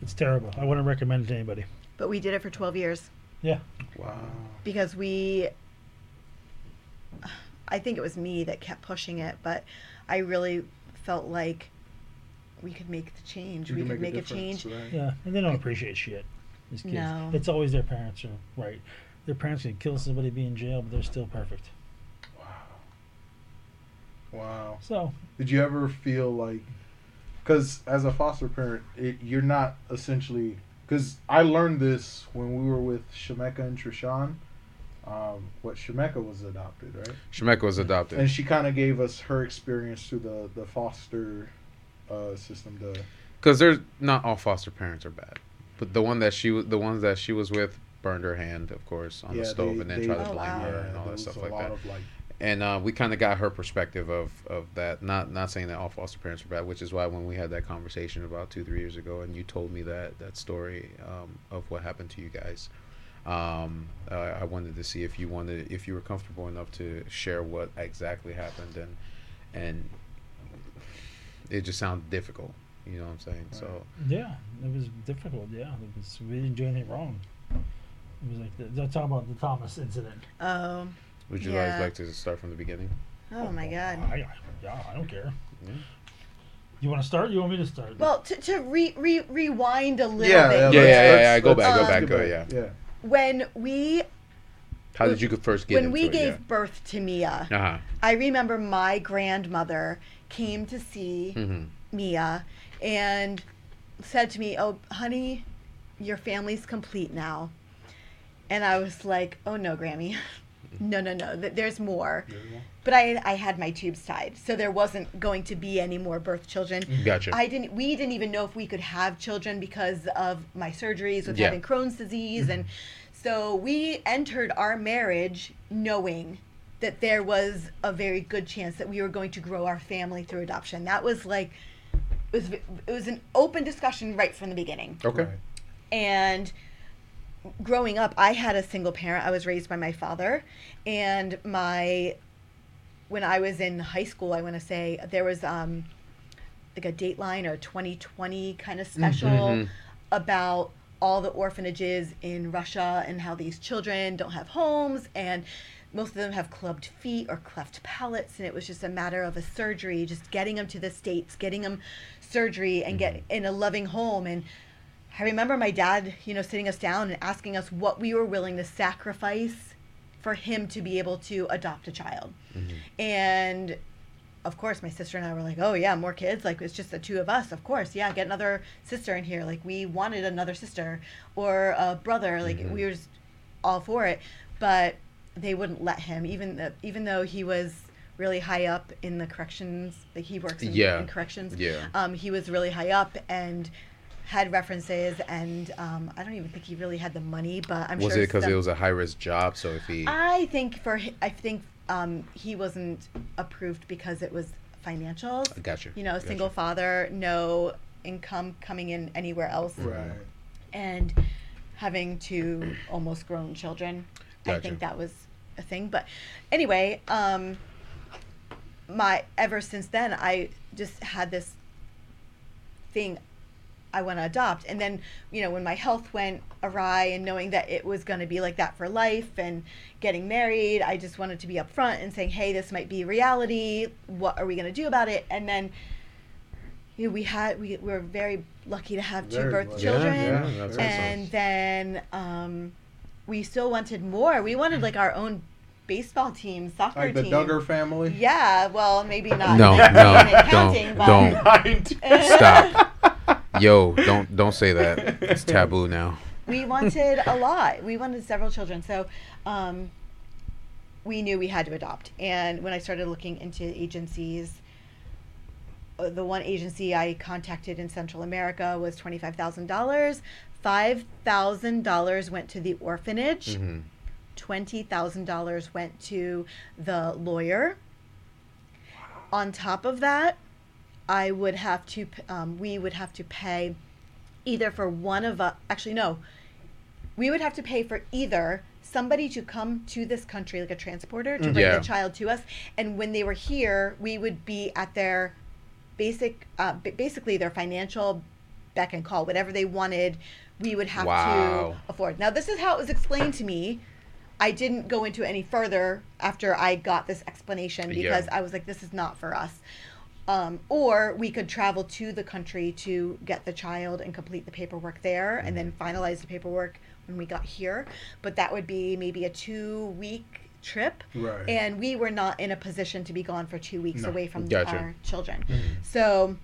It's terrible. I wouldn't recommend it to anybody. But we did it for 12 years Wow. because we, I think it was me that kept pushing it, but I really felt like we could make the change. we could make a, difference, change. right? Yeah, and they don't appreciate shit. These kids. No. It's always their parents are right. Their parents can kill somebody, be in jail, but they're still perfect. Wow. So Did you ever feel like, because as a foster parent, it, you're not essentially. Because I learned this when we were with Shemeka and Trishan. Um, what Shemeka was adopted, right? Shemek was adopted. And she kind of gave us her experience through the the foster uh, system. The because there's not all foster parents are bad, but the one that she was, the ones that she was with, burned her hand, of course, on the stove, they- and then they- tried to Oh, blame wow. her and yeah, there all that was stuff a like lot that. of, like, And uh, we kind of got her perspective of of that. Not not saying that all foster parents are bad, which is why when we had that conversation about two three years ago, and you told me that that story um, of what happened to you guys. Um, uh, I wanted to see if you wanted, if you were comfortable enough to share what exactly happened, and and it just sounded difficult. You know what I'm saying? So yeah, it was difficult. Yeah, it was, we didn't do anything wrong. It was like the, they're talking about the Thomas incident. Oh, would you Yeah. guys like to start from the beginning? oh my God. I, I, yeah, I don't care. Yeah. You want to start? You want me to start? Well, to, to re, re, rewind a little yeah, bit. Yeah, yeah, let's- yeah, yeah, go let's- back, go let's back, get go, yeah. yeah. When we How did you could first get when into we it? gave birth to Mia, Yeah. Uh-huh. I remember my grandmother came to see hmm Mia and said to me, Oh, honey, your family's complete now. And I was like, Oh, no, Grammy. No, no, no. th- There's more. But I, I had my tubes tied, so there wasn't going to be any more birth children. Gotcha. I didn't. We didn't even know if we could have children because of my surgeries with Yeah. having Crohn's disease, and so we entered our marriage knowing that there was a very good chance that we were going to grow our family through adoption. That was like was it was an open discussion right from the beginning. Okay. Right. And growing up, I had a single parent. I was raised by my father, and my when I was in high school, I want to say there was um, like a Dateline or 2020 kind of special Mhm. about all the orphanages in Russia and how these children don't have homes and most of them have clubbed feet or cleft palates and it was just a matter of a surgery just getting them to the states getting them surgery and get in a loving home and I remember my dad, you know, sitting us down and asking us what we were willing to sacrifice for him to be able to adopt a child. And of course, my sister and I were like, "Oh yeah, more kids. Like it's just the two of us. Of course, yeah, get another sister in here. Like we wanted another sister or a brother. Like we were just all for it, but they wouldn't let him. Even the, even though he was really high up in the corrections, like he works in, Yeah. in corrections. Yeah. um, he was really high up and had references, and um, I don't even think he really had the money. But I'm was sure it because it some- Ah. was a high risk job? So if he I think for hi- I think um, he wasn't approved because it was financials. Gotcha. You know, Gotcha. single father, no income coming in anywhere else, Right. and having two almost grown children. I Gotcha. think that was a thing. But anyway, um, my ever since then, I just had this thing I want to adopt. And then, you know, when my health went awry and knowing that it was going to be like that for life and getting married, I just wanted to be upfront and saying, hey, this might be reality. What are we going to do about it? And then, you know, we had, we, we were very lucky to have two Very birth lucky. children. Yeah, yeah, that's and awesome. then um, we still wanted more. We wanted like our own baseball team, soccer Like the team. Duggar family. Yeah, well, maybe not. No, that no, kind of don't, counting, but- don't. stop. Yo, don't don't say that. It's taboo now. we wanted a lot. We wanted several children. So um, we knew we had to adopt. And when I started looking into agencies, uh, the one agency I contacted in Central America was $25,000. $5,000 went to the orphanage. Mhm. $20,000 went to the lawyer. On top of that, I would have to, p- um, we would have to pay either for one of us, actually, no, we would have to pay for either somebody to come to this country, like a transporter, to bring Yeah. the child to us. And when they were here, we would be at their basic, uh, b- basically their financial beck and call, whatever they wanted, we would have Wow. to afford. Now, this is how it was explained to me. I didn't go into any further after I got this explanation Yeah. because I was like, this is not for us. Um, or we could travel to the country to get the child and complete the paperwork there and then finalize the paperwork when we got here. But that would be maybe a two week trip. Right. And we were not in a position to be gone for two weeks No. away from Gotcha. our children. So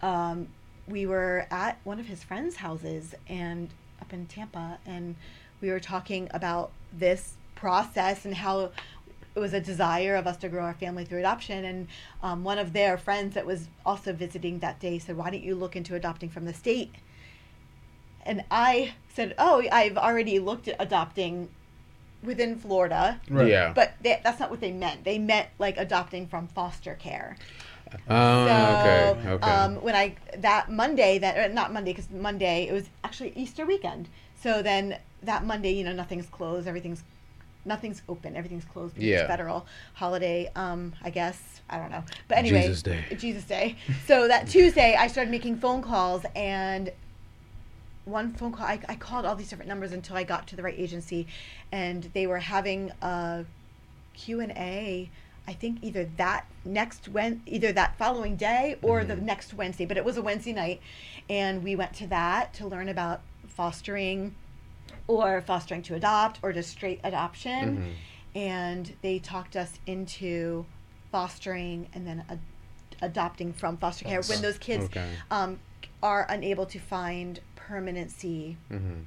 um, we were at one of his friends' houses and up in Tampa, and we were talking about this process and how it was a desire of us to grow our family through adoption. And um, one of their friends that was also visiting that day said, "Why don't you look into adopting from the state?" And I said, "Oh, I've already looked at adopting within Florida." Right. Yeah. But they, that's not what they meant. They meant like adopting from foster care. So, Ah, okay. Okay. um, when I that Monday, that or not Monday because Monday it was actually Easter weekend. So then that Monday, you know, nothing's closed, everything's nothing's open, everything's closed. because it's Yeah. Federal holiday, um, I guess I don't know. But anyway, Jesus Day. Jesus Day. So that Tuesday, I started making phone calls and. One phone call, I, I called all these different numbers until I got to the right agency, and they were having a Q and A. I think either that next Wed, either that following day or Mm-hmm. the next Wednesday, but it was a Wednesday night, and we went to that to learn about fostering, or fostering to adopt, or just straight adoption, Mm-hmm. and they talked us into fostering and then ad- adopting from foster care when those kids Okay. um, are unable to find permanency Mhm.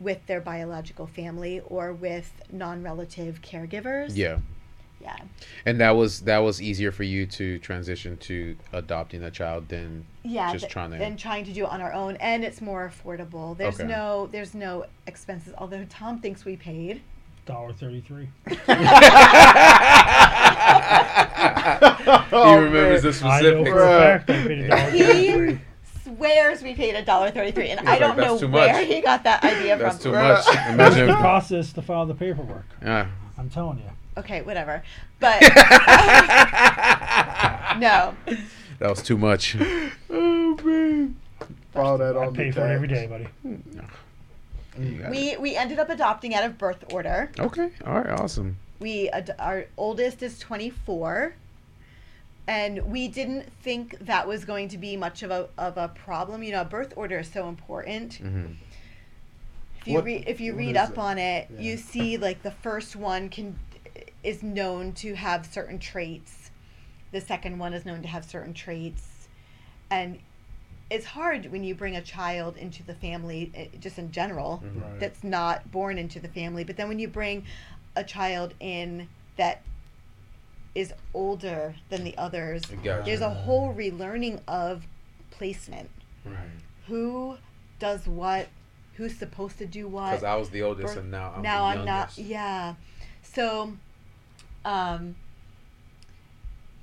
with their biological family or with non-relative caregivers. Yeah. Yeah. And that was that was easier for you to transition to adopting a child than Yeah. just th- trying to. and trying to do it on our own, and it's more affordable. There's Okay. no there's no expenses. Although Tom thinks we paid. Dollar thirty-three. Oh, Oh, he remembers is the I know specifics. for a fact I paid a dollar He thirty-three. swears we paid a dollar thirty-three, and Yeah, I like, don't that's know too where much. he got that idea That's from. too much. That's the Imagine. process to file the paperwork. Yeah. I'm telling you. Okay, whatever. But no, That was too much. Oh man. File that I on pay the for it every tax. day, buddy. You got it. we we ended up adopting out of birth order. Okay. All right. Awesome. We ad- our oldest is twenty four, and we didn't think that was going to be much of a of a problem. You know, birth order is so important. Mm-hmm. If you What- read if you what read is up it? on it, Yeah. you see like the first one can is known to have certain traits. The second one is known to have certain traits, and it's hard when you bring a child into the family, eh, just in general, Mm-hmm. Right. that's not born into the family. But then when you bring a child in that is older than the others, Gotcha. there's a whole relearning of placement. Right. Who does what? Who's supposed to do what? Because I was the oldest, birth- and now I'm now the I'm not. youngest. Yeah. So, um,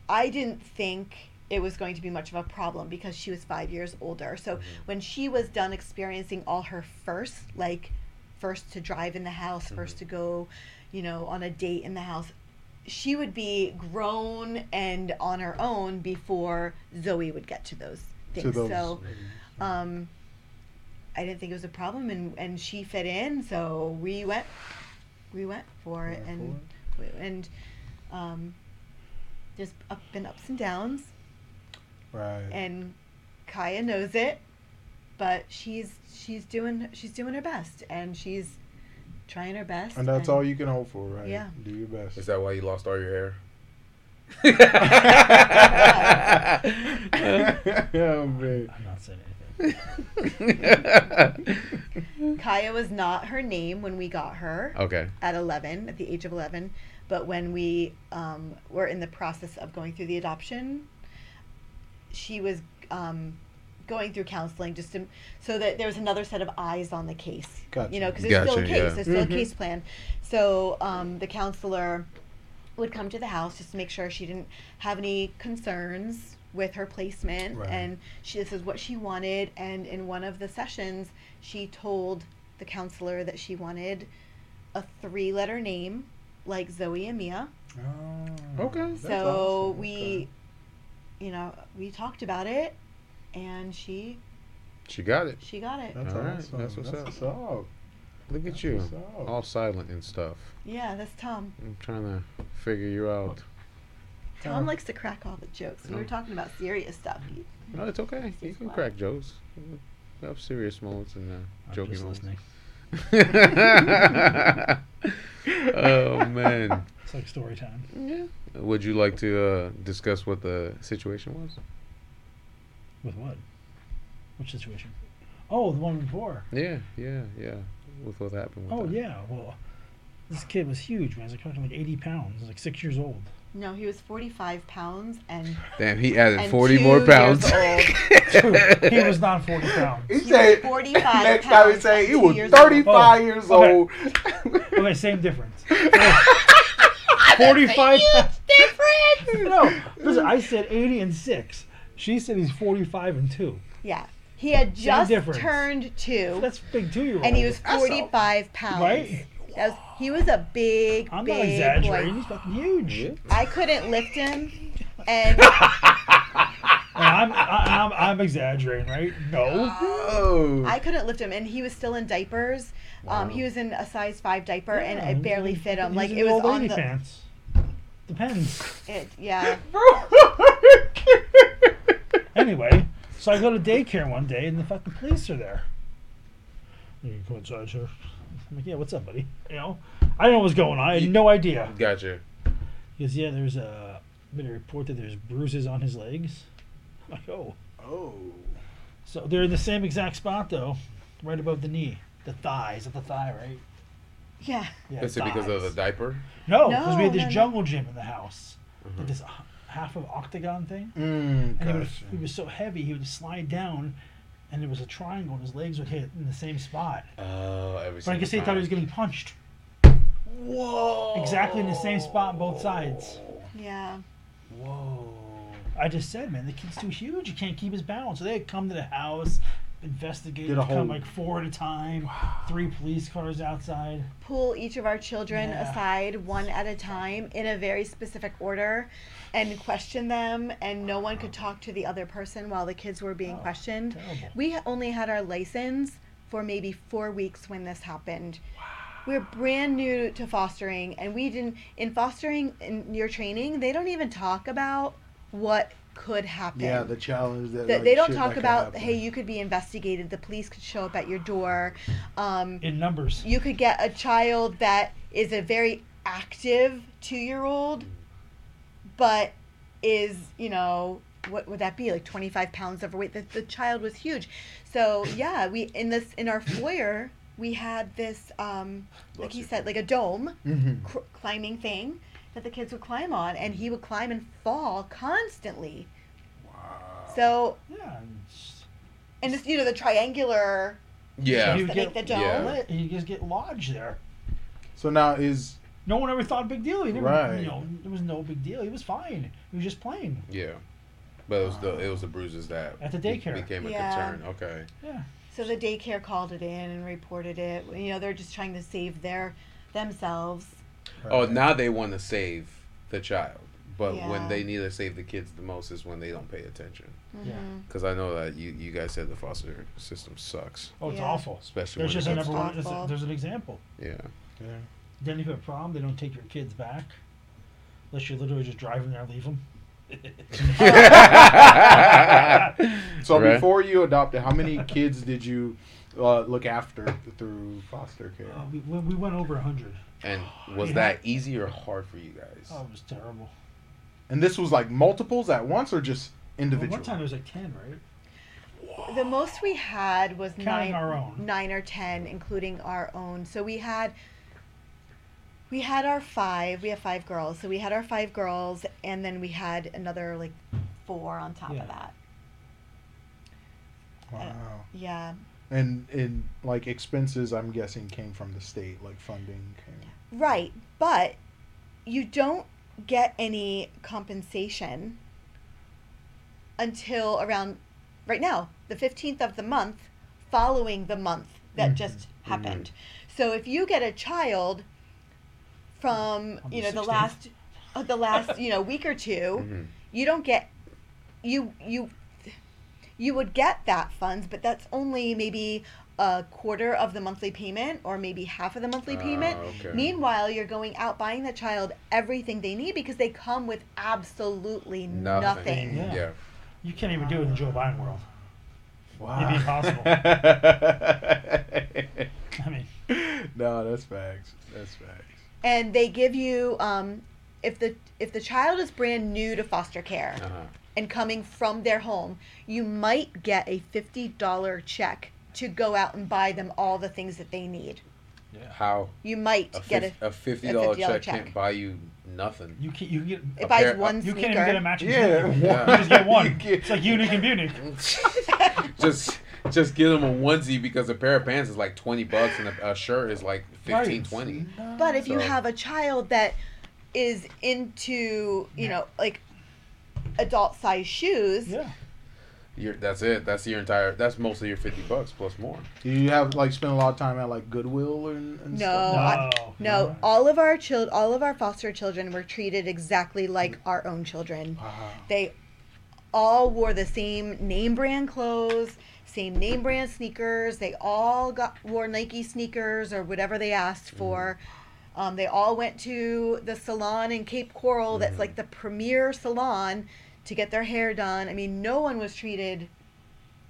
I didn't think it was going to be much of a problem because she was five years older. Mm-hmm. So when she was done experiencing all her first, like first to drive in the house, Mm-hmm. 1st to go, you know, on a date in the house, she would be grown and on her own before Zoe would get to those things. those, So, um, I didn't think it was a problem, and, and she fit in, so we went, we went for it, Went and and um, there's up been ups and downs, Right. and Kaya knows it, but she's she's doing she's doing her best, and she's trying her best. And that's all you can hope for, right? Yeah. Do your best. Is that why you lost all your hair? oh man. I'm not saying anything. Kaya was not her name when we got her. okay. at 11, at the age of 11. But when we um, were in the process of going through the adoption, she was um, going through counseling just to, so that there was another set of eyes on the case. Gotcha. You know, because there's still a Gotcha, case, yeah. there's still Mhm. a case plan. So um, the counselor would come to the house just to make sure she didn't have any concerns with her placement Right. and she this is what she wanted and in one of the sessions she told the counselor that she wanted a three letter name like Zoe and Mia. Oh, Okay. that's so awesome. we Okay. you know, we talked about it and she She got it. she got it. That's All right, awesome. that's what's up. up. Look at That's you. what's up. All silent and stuff. Yeah, that's Tom. I'm trying to figure you out. Tom Yeah. likes to crack all the jokes. We were Oh. talking about serious stuff. He- No, it's okay. You Just can what? crack jokes. We have serious moments and uh, I'm joking just moments. listening. oh man. It's like story time. Yeah. Would you like to uh, discuss what the situation was? With what? Which situation? Oh, the one before. Yeah, yeah, yeah. With what happened? With Oh that. yeah. Well, this kid was huge, man. He's like like 80 pounds. He's like six years old. No, he was 45 pounds and Damn, he added And forty two more years pounds. old. he was not 40 pounds. He was said 45 next time he pounds said and he two was years old. 35 years Oh, Okay. old. Okay, same difference. 45. difference. No, listen. I said 80 and six. She said he's 45 and two. Yeah, he had just difference. turned two, That's a big two year old. and he was forty-five pounds. Right? That was, he was a big, I'm not big exaggerating. boy. He's fucking huge. And I couldn't lift him, and I'm, I, I'm I'm exaggerating, right? No. Oh. I couldn't lift him, and he was still in diapers. Um, he was in a size five diaper, and Yeah, I barely he's- fit him. he's Like in it was old on lady the, pants. Depends. it, yeah. Anyway, so I go to daycare one day, and the fucking police are there. You can come inside, sir. I'm like, yeah, what's up, buddy? You know, I didn't know what was going on. I had no idea. Gotcha. He goes, yeah, there's a been a report that there's bruises on his legs. I'm like, oh, oh. so they're in the same exact spot though, right above the knee, the thighs, at the thigh, right? Yeah, Yeah. Is it because of the thighs. diaper? No, because we No, had this no, no. jungle gym in the house, Mm-hmm. like this h- half of octagon thing, Mm, and he, would, gosh. he was so heavy he would slide down, and there was a triangle, and his legs would hit in the same spot. Oh, every But I single guess they time. thought he was getting punched Whoa. exactly in the same spot on both sides. yeah. Whoa. I just said, man, the kid's too huge. You can't keep his balance. So they had come to the house, investigated, Did a come whole- like four at a time, three police cars outside. pull each of our children Yeah. aside one at a time in a very specific order and question them and no one could talk to the other person while the kids were being Oh, questioned terrible. we ha- only had our license for maybe four weeks when this happened we're brand new to fostering and we didn't in fostering in your training they don't even talk about what could happen Yeah, the challenge that Th- like, they don't shit talk that could about happen. hey you could be investigated the police could show up at your door um, In numbers. you could get a child that is a very active two year old, but is, you know, what would that be? Like 25 pounds overweight. The, the child was huge. So, yeah, we, in this, in our foyer, we had this, um, like Bless he you. said, like a dome Mm-hmm. Mhm. cr- climbing thing that the kids would climb on, and he would climb and fall constantly. So, Yeah. and s- and it's, you know, the triangular, Yeah. So you that get- make the dome. Yeah. And you just get lodged there. So now is No one ever thought big deal. He never, Right. you know, there was no big deal. He was fine. He was just playing. Yeah. But it was the it was the bruises that At the be- daycare. became a Yeah. concern. Okay. Yeah. So the daycare called it in and reported it. You know, they're just trying to save their themselves. Oh, now they want to save the child, but Yeah. when they need to save the kids the most is when they don't pay attention. Yeah. Because I know that you you guys said the foster system sucks, Oh, it's Yeah. awful. especially There's when just it a comes number one. There's, awful. there's an example. to, yeah. Yeah. Then if you have a problem, they don't take your kids back. Unless you literally just drive them there and leave them. So Right. before you adopted, how many kids did you uh, look after through foster care? Uh, we, we we went over 100. And was Yeah. that easy or hard for you guys? Oh, it was terrible. And this was like multiples at once or just Well, individual? one time it was like 10, right? The most we had was Counting nine, our own. nine or ten, including our own. So we had we had our five. We have five girls. So we had our five girls, and then we had another like four on top Yeah. of that. Wow. Yeah. And and like expenses, I'm guessing came from the state, like funding. Came. Right, but you don't get any compensation until around right now, the 15th of the month following the month that Mm-hmm. just happened. So if you get a child from, On you the know, 16th. the last uh, the last, you know, week or 2, Mm-hmm. Mhm. you don't get you you you would get that funds but that's only maybe a quarter of the monthly payment or maybe half of the monthly Ah, Oh, payment okay. meanwhile you're going out buying the child everything they need because they come with absolutely nothing, Nothing. Yeah. Yeah. You can't even do it in Joe Biden world. Wow. It'd be impossible. I mean, no, that's facts. That's facts. and they give you um, if the if the child is brand new to foster care Uh-huh. and coming from their home, you might get a $50 check to go out and buy them all the things that they need. How You might a, get fif- a, a fifty dollar $50 check, check. can't buy you nothing. you can't, you can get, it a buys pair- one you sneaker. can't even get a matching Yeah. sneaker. Yeah. You just get You one. can't- It's like Unique and Munich. just just give them a onesie because a pair of pants is like twenty bucks and a, a shirt is like 15, Right. 20. But if you So- have a child that is into, you know, like adult size shoes, Yeah. You're, that's it. That's your entire. That's mostly your fifty bucks plus more. Do you have like spend a lot of time at like Goodwill and, and No, stuff? I- No. no, Right. all of our child all of our foster children were treated exactly like our own children. Wow. They all wore the same name brand clothes, same name brand sneakers. They all got wore Nike sneakers or whatever they asked Mm-hmm. for. Um, they all went to the salon in Cape Coral Mm-hmm. that's like the premier salon to get their hair done. I mean, no one was treated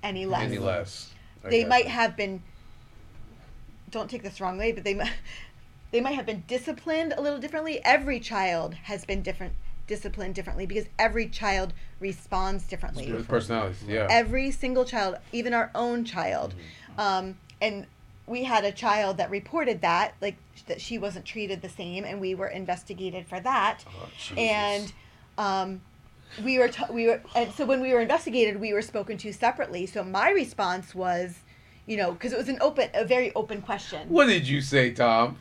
any less. Any less. I They got might you. have been don't take this the wrong way, but they mi- they might have been disciplined a little differently. Every child has been different disciplined differently because every child responds differently With personalities. Yeah. every single child, even our own child. Um, and we had a child that reported that, like that she wasn't treated the same, and we were investigated for that. Oh, Jesus. and um, we were t- we were, and so when we were investigated, we were spoken to separately. So my response was, you know, because it was an open, a very open question. What did you say, Tom?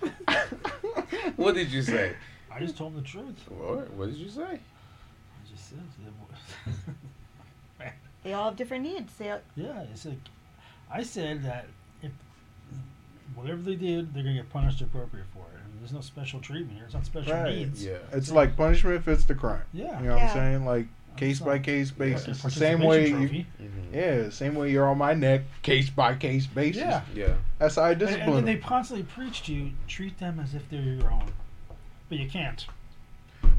what did you say? I just told him the truth. What, what did you say? I just That's it. They all have different needs. They all, Yeah, it's like I said that if whatever they did, they're gonna get punished appropriate for it. And there's no special treatment here. It's not special Right. needs. Yeah. It's like punishment fits the crime. Yeah. You know what Yeah. I'm saying? Like case by case Like a basis. The same participation way. trophy. You, Mm-hmm. yeah, same way you're on my neck, case by case basis. Yeah. Yeah. That's how I And, and discipline. then they 'em. constantly preach to you, treat them as if they're your own. But you can't.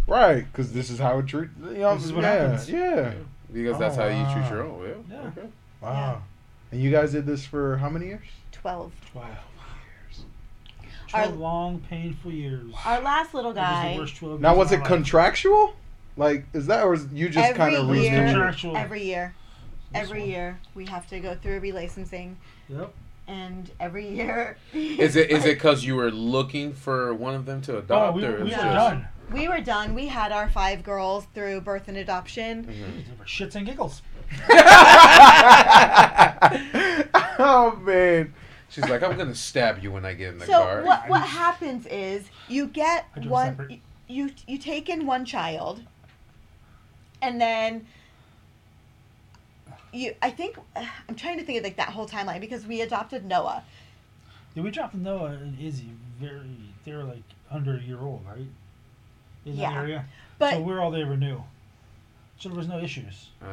Right, because this is how it treat. You know, This is what yeah, happens. Yeah. Because that's Oh, how you treat wow. your own. Yeah. Yeah. Okay. Wow. And you guys did this for how many years? 12. Wow. Our- Twelve long, painful years. Our last little It was the guy, worst 12 Now years was of it my life. contractual? Like, is that or is you just Every kind of year- renewed? it? Contractual. every year, This every one. year, we have to go through a relicensing. Yep. Oh, And every year, Is it is it because you were looking for one of them to Oh, adopt we, we or were it's No. just- done. We were done. We had our five girls through birth and Mm-hmm. adoption. We did for Shits and giggles. oh man. She's like, I'm gonna stab you when I get in the So car. what what happens is you get I drove one separate. y- you you take in one child, and then you I think I'm trying to think of like that whole timeline because we adopted Noah. Yeah, we dropped Noah and Izzy very. They were like under a year old, right? In Yeah. that area. But so we're all they ever knew. So there was no issues. Uh,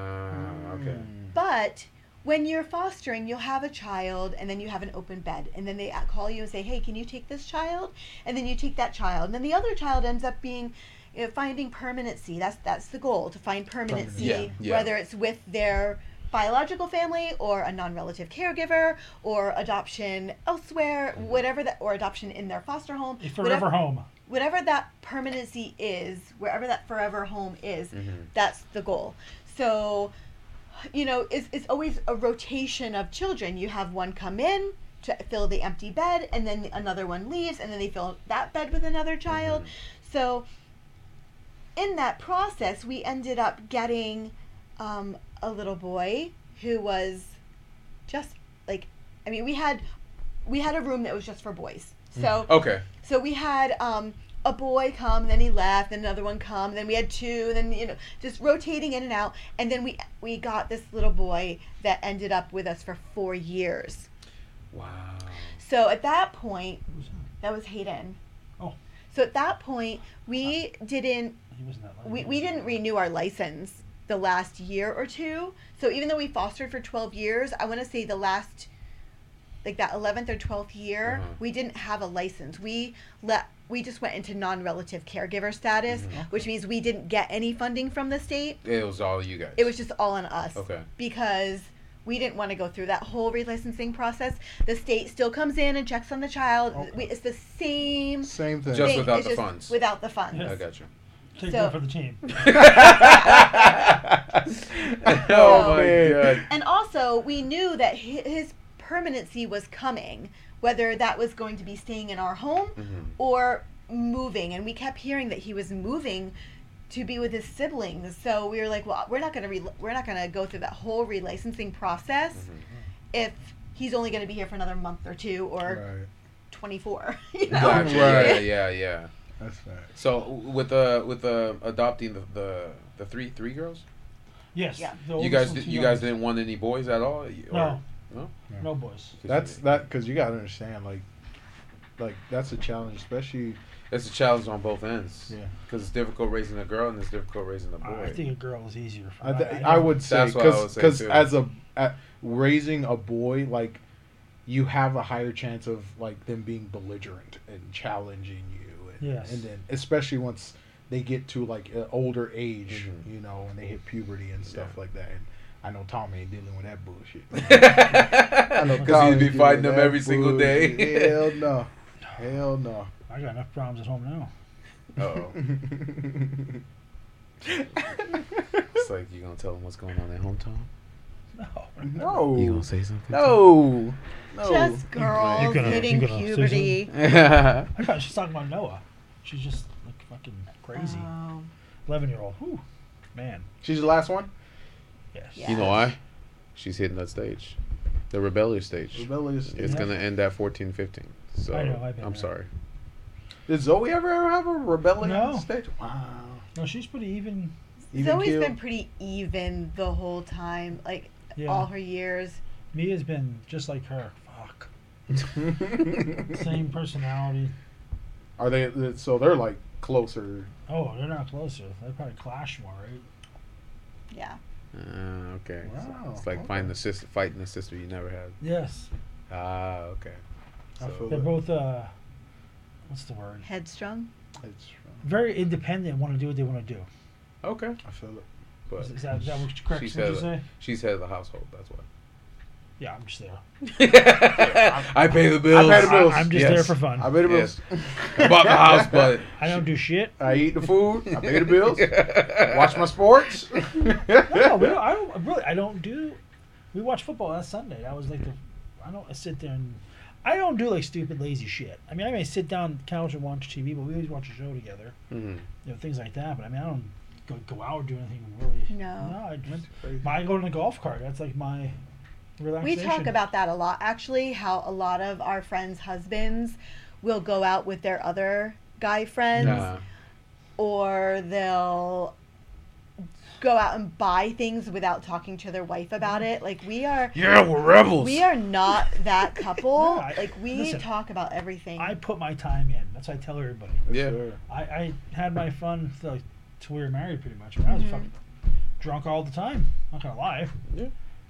okay. But when you're fostering, you'll have a child and then you have an open bed. And then they a- call you and say, hey, can you take this child? And then you take that child. And then the other child ends up being. You know, finding permanency that's that's the goal to find permanency Permanency. Yeah, yeah. whether it's with their biological family or a non-relative caregiver or adoption elsewhere Mm-hmm. whatever that or adoption in their foster home A forever whatever, home. whatever that permanency is, wherever that forever home is, that's the goal. So, you know, it's, it's always a rotation of children. You have one come in to fill the empty bed, and then another one leaves, and then they fill that bed with another child. So, in that process, we ended up getting um, a little boy who was just like, I mean, we had we had a room that was just for boys. So Okay. so we had um, a boy come, then he left, then another one come, then we had two, then you know, just rotating in and out, and then we we got this little boy that ended up with us for four years. Wow. So at that point, Who's that? that was Hayden. Oh. So at that point, we didn't He wasn't that. we, we didn't renew our license the last year or two. So even though we fostered for 12 years, I want to say the last, like that 11th or 12th year, Uh-huh. we didn't have a license. We let we just went into non-relative caregiver status, Mm-hmm. which means we didn't get any funding from the state. It was all you guys. It was just all on us Okay. because we didn't want to go through that whole relicensing process. The state still comes in and checks on the child. Okay. We, it's the same Same thing. Just thing. without it's the funds. Without the funds. Yeah. I got you. Take So- one for the team. oh So- my god. And also, we knew that hi- his permanency was coming, whether that was going to be staying in our home Mm-hmm. or moving. And we kept hearing that he was moving to be with his siblings. So we were like, well, we're not going to re- we're not going to go through that whole relicensing process if he's only going to be here for another month or two or Right. 24. You know? Gotcha. Yeah, Right. yeah, yeah. That's fact. So w- with the with the adopting the the, the three three girls, Yes. Yeah. you the oldest guys and did, two you guys youngest. didn't want any boys at all. Y- or- No. No? No boys. That's that because you gotta understand like, like that's a challenge, especially It's a challenge on both ends. Yeah. Because it's difficult raising a girl and it's difficult raising a boy. I think a girl is easier. For I, th- I would say That's what I would say, because too. as a at, raising a boy like you have a higher chance of like them being belligerent and challenging you and, Yes. and then especially once they get to like an older age Mhm. you know and they hit puberty and stuff Yeah. like that and I know Tommy ain't dealing with that bullshit Tommy Because he'd be ain't dealing fighting with them that every single bullshit. day. hell no hell no I got enough problems at home now. Oh, it's like you gonna tell them what's going on at home, Tom? No. no You gonna say something? no no Just girls Oh, gonna- you hitting gonna say puberty. Tom? I thought she's talking about Noah. She's just like fucking crazy. Oh, Eleven year old. Whew. Man. she's the last one Yes. Yeah. You know why? She's hitting that stage, the rebellious stage. rebellious It's Yeah. gonna end at fourteen fifteen. So I know, I've been I'm there. sorry. Did Zoe ever, ever have a rebellion No. stage? Wow. No, she's pretty even It's Even always keel? been pretty even the whole time, like Yeah. all her years. Mia's been just like her. Fuck. Same personality. Are they so they're like closer? Oh, they're not closer. They probably clash more, right? Yeah. Ah, okay. So Wow, it's like okay. finding the sister, fighting the sister you never had. Yes. Ah, okay. I So- feel They're that. both, uh, what's the word? Headstrong. It's, Very independent, want to do what they want to do. Okay. I feel it. But Is, is that, is that what, correct? she's What head, you of, say? the- she's head of the household. That's why. Yeah, I'm just there. I pay the bills. pay the bills. I, am just Yes. there for fun. I I, made the Yes. bills. I bought the house, but don't do shit. I eat the food. I pay the bills. Watch my sports. No, we don't, I don't really. I don't do. We watched football last Sunday. That was like the. I don't sit there and. I don't do like stupid lazy shit. I mean, I may sit down on the couch and watch TV, but we always watch a show together. Mhm. You know, things like that. But I mean, I don't go, go out or do anything really. No. No, I, my, I go in the golf cart. That's like my We relaxation. talk about that a lot, actually, how a lot of our friends' husbands will go out with their other guy friends, Nah. or they'll go out and buy things without talking to their wife Mm-hmm. about it. Like we are, Yeah, we're rebels. we are not that couple. No, I- like we listen, talk about everything. I put my time in. That's what I tell everybody. Yeah. Sure. I, I had my fun till, like, till we were married, pretty much. I was fucking drunk all the time. Not gonna lie. Yeah.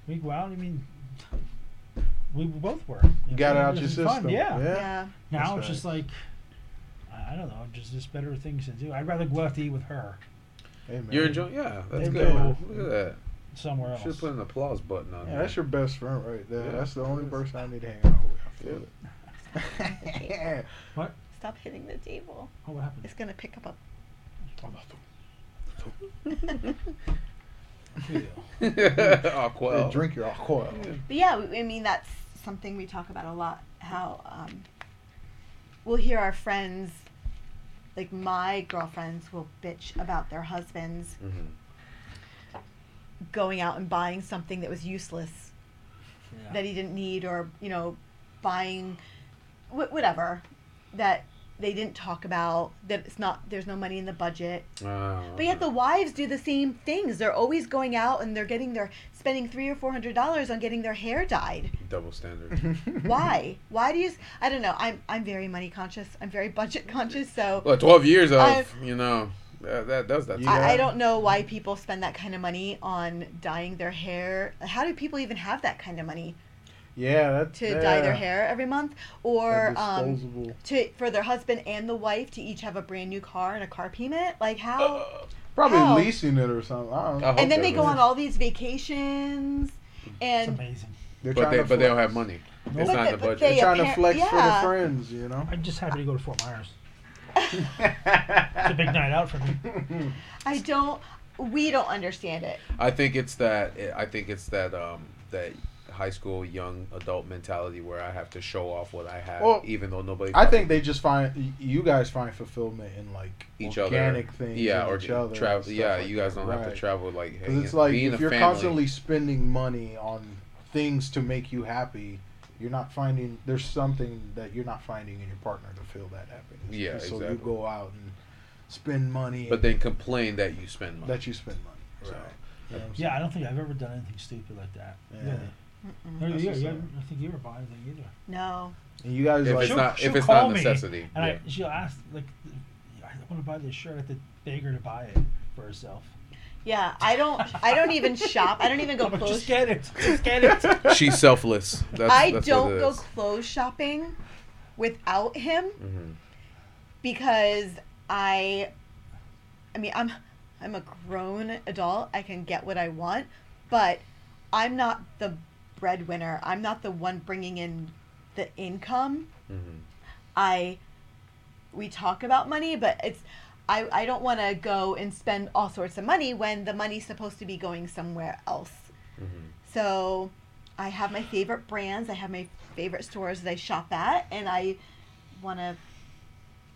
We go out. I mean, we both were. You got it out your It was fun, system. Yeah. yeah, Now That's it's just like I, I don't know. Just just better things to do. I'd rather go out to eat with her Hey, man. You're enjoying. Yeah, that's There good. you Look at that. somewhere else. Should put an applause button on Yeah, that. that's your best friend right there. Yeah. That's the only person I need to hang out with. I feel it. stop hitting the table. oh, what happened? It's gonna pick up a. oh, Hey, well. drink your alcohol. But yeah, we- I mean that's something we talk about a lot. How um, we'll hear our friends, like my girlfriends, will bitch about their husbands Mhm. going out and buying something that was useless, Yeah. that he didn't need, or you know, buying wh- whatever that they didn't talk about. That it's not there's no money in the budget. Oh, But yet the okay. wives do the same things. They're always going out and they're getting their spending three or four hundred dollars on getting their hair dyed. double Mhm. standard. Why? Why do you? s- I don't know. I'm I'm very money conscious. I'm very budget conscious. So well, twelve years of I've- you know that, that does that. You to know- I, I don't know why people spend that kind of money on dyeing their hair. How do people even have that kind of money Yeah, that's to dye their hair every month, or um, to for their husband and the wife to each have a brand new car and a car payment? Like how? Uh, Probably how? leasing it or something. I don't know. I hope and then they're they go rich. on all these vacations, It's and amazing. They're But trying they to but they don't flex. have money. Nope. It's But not in they- the but budget. They're They trying to appar- flex for the yeah. friends, you know. I'm just happy to go to Fort Myers. It's a big night out for me. I don't. We don't understand it. I think it's that. I think it's that. Um, that high school young adult mentality where I have to show off what I have, Well, even though nobody. I think they just find y- you guys find fulfillment in like each organic other, things. yeah, and or each other. travel. Yeah, you guys don't have to travel. travel like. Because hanging- it's like being if a you're family. constantly spending money on things to make you happy, you're not finding there's something that you're not finding in your partner to feel that happiness. Yeah, so exactly. you go out and spend money, But then complain that you spend money. that you spend money. Right. So, you know what I'm Yeah, I don't think I've ever done anything stupid like that. Yeah. Really. Neither That's you- what's you up. ever- I don't think you ever bought anything either. No. And you guys If like it's not she'll if it's not a call me, necessity. Yeah. And I, she'll ask, like, I want to buy this shirt. I have to beg her to buy it for herself. Yeah, I don't. I don't even shop. I don't even go I'm like, clothes. just get it. Just get it. She's selfless. That's, I that's don't what it go is. clothes shopping without him Mhm. because I. I mean, I'm I'm a grown adult. I can get what I want, but I'm not the breadwinner. I'm not the one bringing in the income. Mhm. I we talk about money, but it's I, I don't want to go and spend all sorts of money when the money's supposed to be going somewhere else. Mm-hmm. So I have my favorite brands, I have my favorite stores that I shop at, and I want to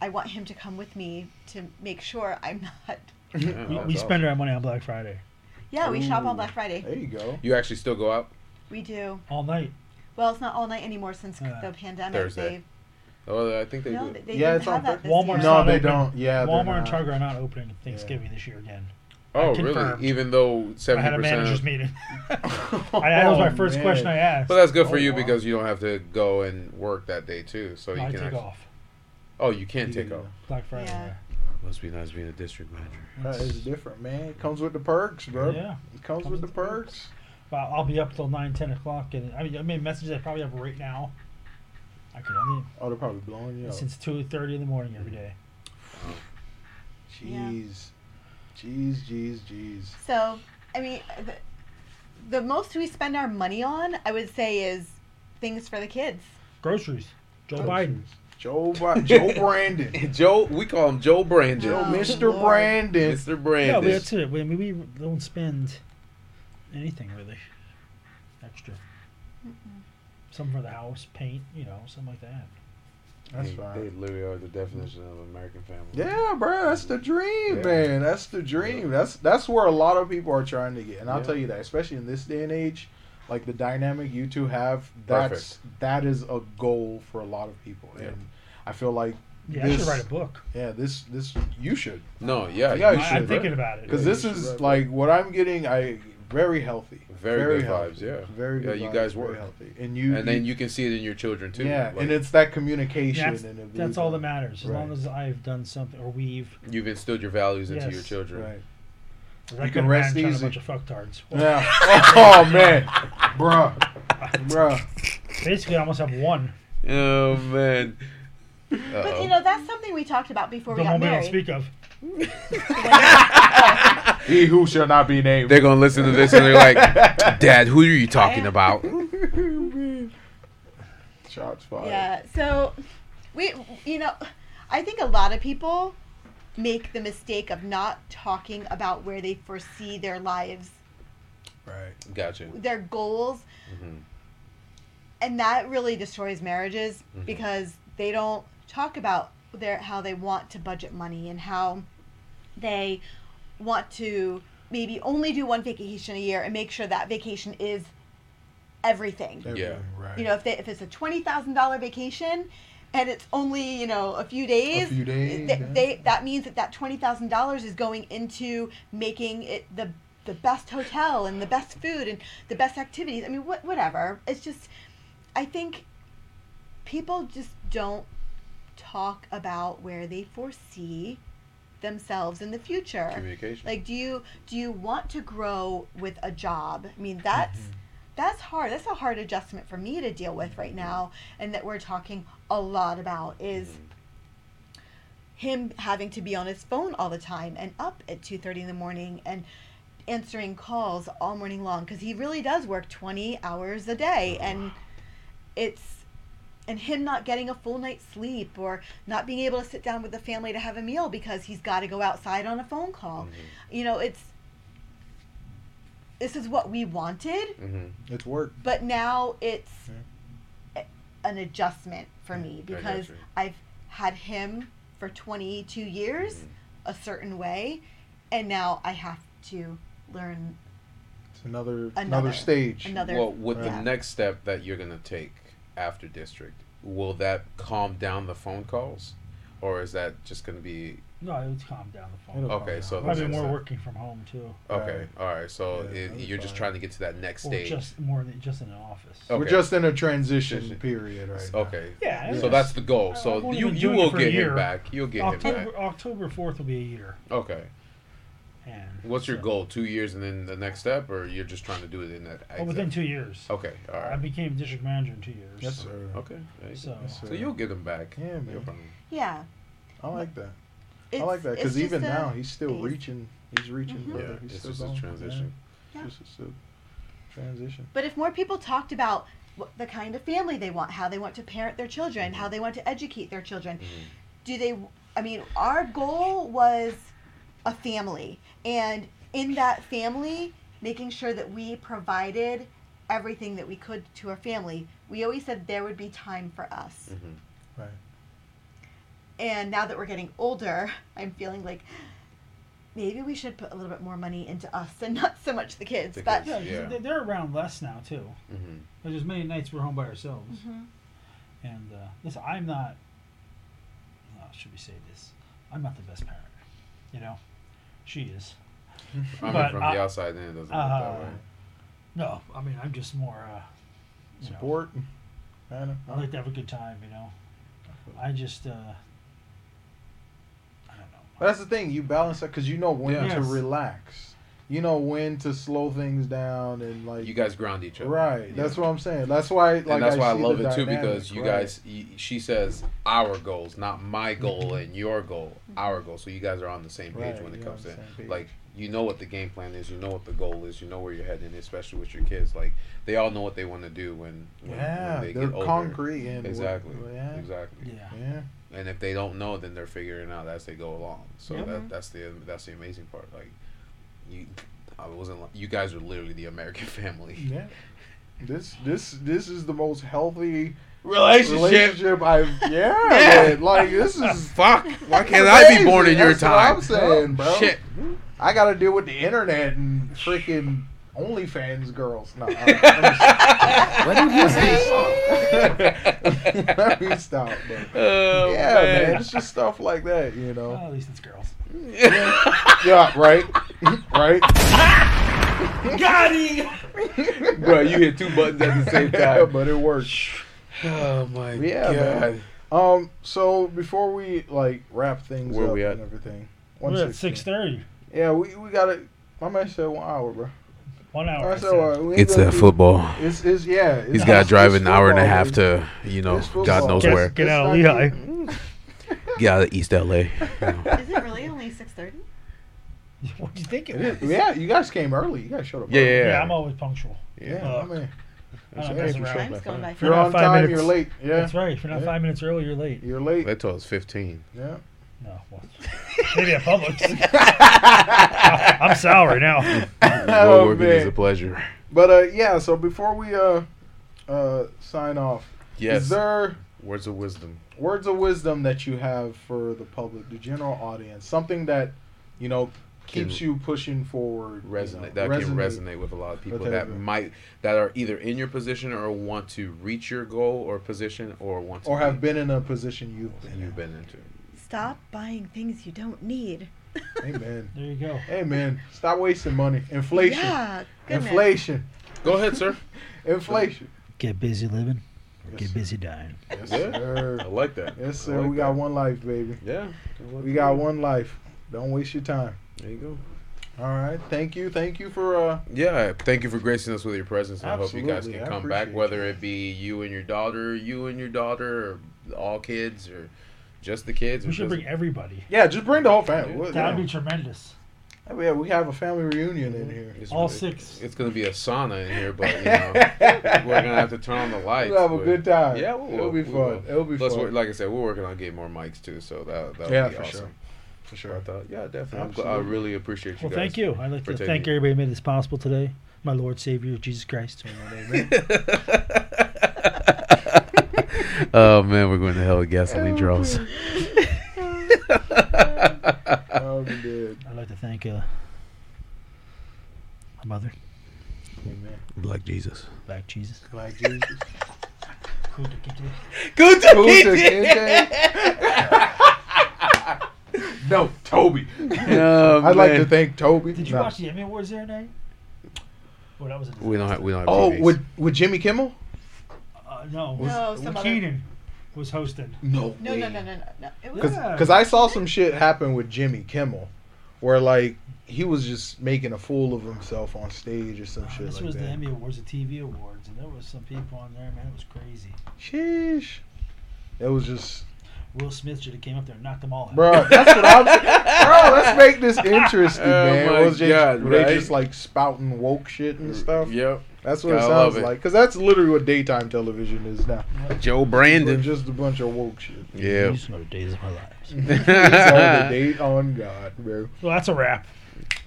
I want him to come with me to make sure I'm not. Yeah, we that's we spend awesome. our money on Black Friday Yeah, we shop Ooh. on Black Friday. there you go. You actually still go out? We do. all night. Well, it's not all night anymore since Yeah. the pandemic. Thursday. They, Oh, I think they no, do. they Yeah, didn't it's on have that this Walmart's year. not No, they open. don't. Yeah, they're Walmart and not. Target are not opening Thanksgiving this year again. Oh, confirmed. really? Even though I seventy had a manager's percent. Oh, meeting. I, that was my first question I asked. But that's good for Oh, you wow. because you don't have to go and work that day too, so you I can. take actually- off Oh, you can't take Yeah. off. Black Friday. Yeah. Must be nice being a district manager. That is different, man. It comes with the perks, bro. Yeah. It comes, with the perks. But I'll be up till nine, ten o'clock, and I mean, I mean, messages I probably have right now. I could only Oh, they're probably blowing you up. since two thirty in the morning every day. Yeah. Jeez. Jeez, jeez, jeez. So, I mean, the, the most we spend our money on, I would say, is things for the kids. Groceries. Joe Biden. Joe Bi- Joe Brandon. Joe, we call him Joe Brandon. Joe Oh, Mr. Lord. Brandon. Mr. Yeah, Brandon. we, that's it. We, I mean, we don't spend anything really extra. Some for the house, paint, you know, something like that. That's They- They fine. literally are the definition of American family. Yeah, bro, that's the dream, Yeah. man. That's the dream. That's that's where a lot of people are trying to get. And I'll Yeah. tell you that, especially in this day and age, like the dynamic you two have, that's that is a goal for a lot of people. Yeah. And I feel like Yeah, I This- should write a book. yeah, this this you should No, Yeah, yeah. you I- I, should, am right? thinking about it. because Yeah, this you should is write like what I'm getting. I very healthy, Very good vibes, yeah. very Yeah, good. you vibes, guys very work. healthy, and you and then you can see it in your children too. yeah, Like, and it's that communication. That's, and it that's leads all on. that matters. As long Right. as I've done something, or we've. you've instilled your values into Yes. your children. Right. I can couldn't rest imagine trying easy. A bunch of fucktards. Well, Yeah. Oh man, bruh, bruh. Basically, I almost have one. Oh man. But you Uh-oh. know, that's something we talked about before we The got one we don't married. speak of. He who shall not be named. They're gonna listen to this and they're like, "Dad, who are you talking about?" Shots fired. Yeah. So, we, you know, I think a lot of people make the mistake of not talking about where they foresee their lives, Right. Gotcha. their goals, Mhm. and that really destroys marriages because they don't talk about their how they want to budget money and how they want to maybe only do one vacation a year and make sure that vacation is everything. Everything, Right. You know, if they, if it's a twenty thousand dollar vacation and it's only you know a few days, few days, th- yeah. they that means that that twenty thousand dollars is going into making it the the best hotel and the best food and the best activities. I mean, what whatever. It's just, I think people just don't talk about where they foresee themselves in the future Communication. like do you do you want to grow with a job i mean that's that's hard that's a hard adjustment for me to deal with right now and that we're talking a lot about is him having to be on his phone all the time and up at 2.30 in the morning and answering calls all morning long because he really does work 20 hours a day and it's and him not getting a full night's sleep or not being able to sit down with the family to have a meal because he's got to go outside on a phone call. Mm-hmm. You know, it's this is what we wanted, Mhm. it's work. but now it's Mm-hmm. a- an adjustment for I me got because you. I've had him for 22 years Mm-hmm. a certain way and now I have to learn It's another another, Another- stage. another Well, with the Yeah. next step that you're gonna take after district, will that calm down the phone calls, or is that just gonna be No, it was calm down the phone. It'll Okay, calm so down. that's- Probably Oh, more not- working from home too, okay? All right, so Yeah, it, that'd be you're just fine. trying to get to that next or stage. just more than just in an office. Oh. we're okay. just in a transition Transition. period right now. Okay. Yeah. So it's- that's the goal. I- I've So only you been you doing it will for a get him year. back. You'll get him back. October October fourth will be a year. Okay. And What's your so- goal? Two years and then the next step, or you're just trying to do it in that? Oh, within exact- two years. Okay. All I right. became district manager in two years. Yes, sir. Okay. there you go. So Yes, sir. So you'll get him back. Yeah, No man. problem. yeah I like that. I It's- like that it's because even just a- now he's still it's- reaching. He's reaching. Mhm. Yeah, further. He's it's still just a going. transition. Yeah. Yeah. It's just a transition. But if more people talked about what, the kind of family they want, how they want to parent their children, Mm-hmm. how they want to educate their children, do they? I mean, our goal was a family, and in that family, making sure that we provided everything that we could to our family. We always said there would be time for Mm-hmm. us. Right. And now that we're getting older, I'm feeling like maybe we should put a little bit more money into us and not so much the kids. The but kids. Yeah, 'cause Yeah. they- They're around less now too. Mhm. Like, There's many nights we're home by ourselves. Mhm. And uh, listen, I'm not. Oh, should we say this? I'm not the best parent. You know, she is. I mean, But, from the uh, outside in, it doesn't uh, look that Uh-huh. way. No, I mean I'm just more. Uh, you know, Support. I don't I like to have a good time, you know. I just. Uh, I don't know. That's the thing. You balance that because you know when Yeah. to Yes. relax. You know when to slow things down and like You guys ground each other. Right. Yeah. That's what I'm saying. That's why. Like, and that's why I see love it the too dynamic, because you right. guys, y- she says our goals, not my goal and your goal, our goal. So you guys are on the same page Right, when it you're comes on to the same page. like you know what the game plan is, you know what the goal is, you know where you're heading, especially with your kids. Like they all know what they want to do when, when, Yeah, when they they're get older. concrete and Exactly, Yeah. exactly. Yeah. Yeah. And if they don't know, then they're figuring it out as they go along. So Yeah. that, that's the that's the amazing part. Like you, I wasn't. li- You guys are literally the American family. Yeah. This this this is the most healthy Relationship. relationship I've yeah, man. like this is Fuck! Why can't I be born in Amazing. your That's what time? I'm saying, bro. Shit. I got to deal with the internet and freaking OnlyFans girls. No, I- let me stop. Let me stop, bro. Oh, yeah, man. it's just stuff like that, you Well, know. at least it's girls. Yeah, right, right. Got it. Bro, you hit two buttons at the same time. but it works. oh my Yeah, god. man. Um, so before we like wrap things Where up we at? and everything, We're at 1:16. six thirty. Yeah, we we got it. My man said one hour, bro. One hour. I I said, said. all right, we ain't It's gonna that do- football. It's, it's yeah. It's, He's got to it's drive an hour and a football, half dude. to, you know, It's football. God knows Guess- where. guess- Get It's out of not Mm, Lehigh. even- Get out of East LA. you know. Is it really only six thirty? What do you think it It was? is- mm, yeah, you guys came early. You guys showed up. Yeah, early. yeah, Yeah, I'm always punctual. yeah. I Uh, mean, I don't Yeah, mess you around. showed Time's up going by early. If fast. you're not on five time, minutes- you're late. Yeah, That's right. If you're not Yeah. five minutes early, you're late. You're late. They told us 15. Yeah. No, well, maybe at Publix. I'm sour now. Road working is Oh, man. a pleasure. But uh, yeah. So before we uh, uh, sign off, is Yes. there Words of wisdom. words of wisdom that you have for the public, the general audience? Something that you know keeps Can you pushing forward. you know, resonate that can resonate with a lot of people With that everyone. might that are either in your position or want to reach your goal or position or want to or have be- been in a position you've been. you've been into. Stop buying things you don't need. in. Amen. There you go. Amen. Stop wasting money. Inflation. Yeah, goodness. Inflation. Go ahead, sir. Inflation. Get busy living. Yes, Get sir. busy dying. Yes, Yeah. sir. I like that. Yes, I sir. like we got that. one life, baby. Yeah. We got one life. Don't waste your time. There you go. All right. Thank you. Thank you for uh Yeah, thank you for gracing us with your presence. and I hope you guys Absolutely, can I come back, appreciate whether it be you and your daughter, you and your daughter, or all kids, or just the kids. We or should just- bring everybody. yeah, just bring the whole family. We'll- That Yeah. would be tremendous. yeah, we have a family reunion in here. it's all really- six. It's gonna be a sauna in here, but you know, we're gonna have to turn on the lights. We'll have a but- good time. Yeah, we It'll will. be we fun. will. It'll be Plus, fun. we're- like I said, we're working on getting more mics too, so that that Yeah, would be for awesome. sure. For sure. But, uh, yeah, definitely. I'm gl- I Absolutely. really appreciate you Well, guys. thank you. I'd like for to taking thank it. everybody who made this possible today. My Lord Savior, Jesus Christ. Amen. oh man, we're going to hell with gasoline draws. Oh, we did. I'd like to thank uh, my mother, Amen. Black Jesus. Black Jesus. Like Jesus. Who Good took it? No, Toby. Oh, I'd like to man. thank Toby. Did you No. watch the Emmy Awards the other night? Well, that was a disaster. We don't have. We don't have. Oh, TVs. with with Jimmy Kimmel? Uh, no, No, was, some other- Keenan was hosting. No. No, no, no, no, no. no. It was Yeah. Because I saw some shit happen with Jimmy Kimmel, where like he was just making a fool of himself on stage or some Uh, shit this like was that. the Emmy Awards, the TV Awards, and there was some people on there, man. It was crazy. Sheesh. That was just, Will Smith should have came up there and knocked them all out. bro. That's what I'm. bro, let's make this interesting, Oh man. my It was just, God, were they right? just like spouting woke shit and stuff. Yep. That's what it I love sounds it. like. Because that's literally what daytime television is now. Joe We're Brandon. just a bunch of woke shit. Yeah. These are the days of my lives. So the Thank date on God, bro. Well, that's a wrap.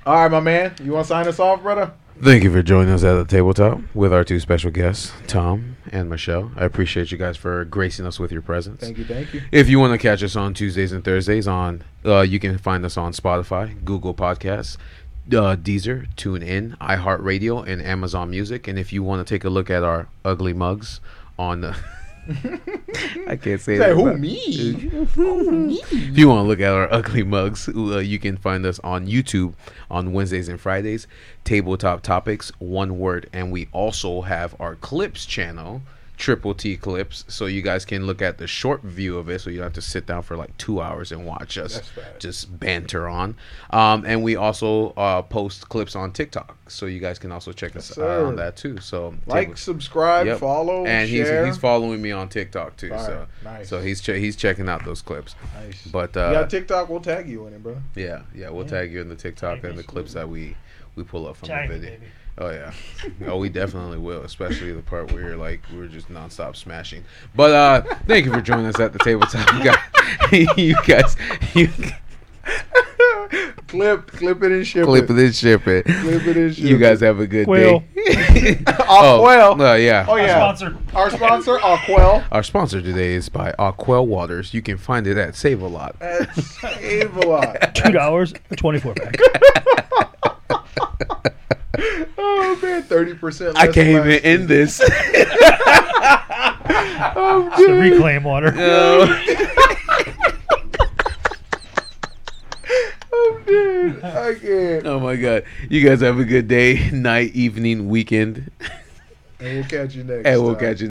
All right, my man. You want to sign us off, brother? you for joining us at the tabletop with our two special guests, Tom and Michelle. I appreciate you guys for gracing us with your presence. Thank you, thank you. If you want to catch us on Tuesdays and Thursdays, on uh, you can find us on Spotify, Google Podcasts, uh, Deezer, TuneIn, iHeartRadio, and Amazon Music. And if you want to take a look at our ugly mugs on I can't say Say, that. who, about- me? If you want to look at our ugly mugs, uh, you can find us on YouTube on Wednesdays and Fridays. Tabletop topics, one word, and we also have our clips channel, Triple T Clips, so you guys can look at the short view of it, so you don't have to sit down for like two hours and watch us That's bad. just banter on. Um, and we also uh, post clips on TikTok, so you guys can also check us out sir. on that too. So like, table- subscribe, Yep. follow, and share. he's he's following me on TikTok too. Alright, so nice. so he's che- he's checking out those clips. nice. But you uh, got TikTok, we'll tag you in it, bro. yeah, yeah, we'll Yeah. tag you in the TikTok Tag and the us. clips that we we pull up from Tag the me, video. baby. Oh yeah, oh we definitely will, especially the part where you're like we're just nonstop smashing. But uh, thank you for joining us at the tabletop, you guys. you guys, you Clip, clip it and ship clip it. this, ship it. Clip it and ship You guys it. have a good Quill. day. Oh, well. no, yeah. Oh yeah. Sponsor. Our sponsor, Aquel. Our sponsor today is by Aquel Waters. You can find it at Save a Lot. At Save a lot. Two dollars, twenty four pack. Oh man, thirty percent. I can't even end this. It's the reclaim water. Oh, dude, I can't. oh my god. You guys have a good day, night, evening, weekend, And we'll catch you next. and we'll time. catch you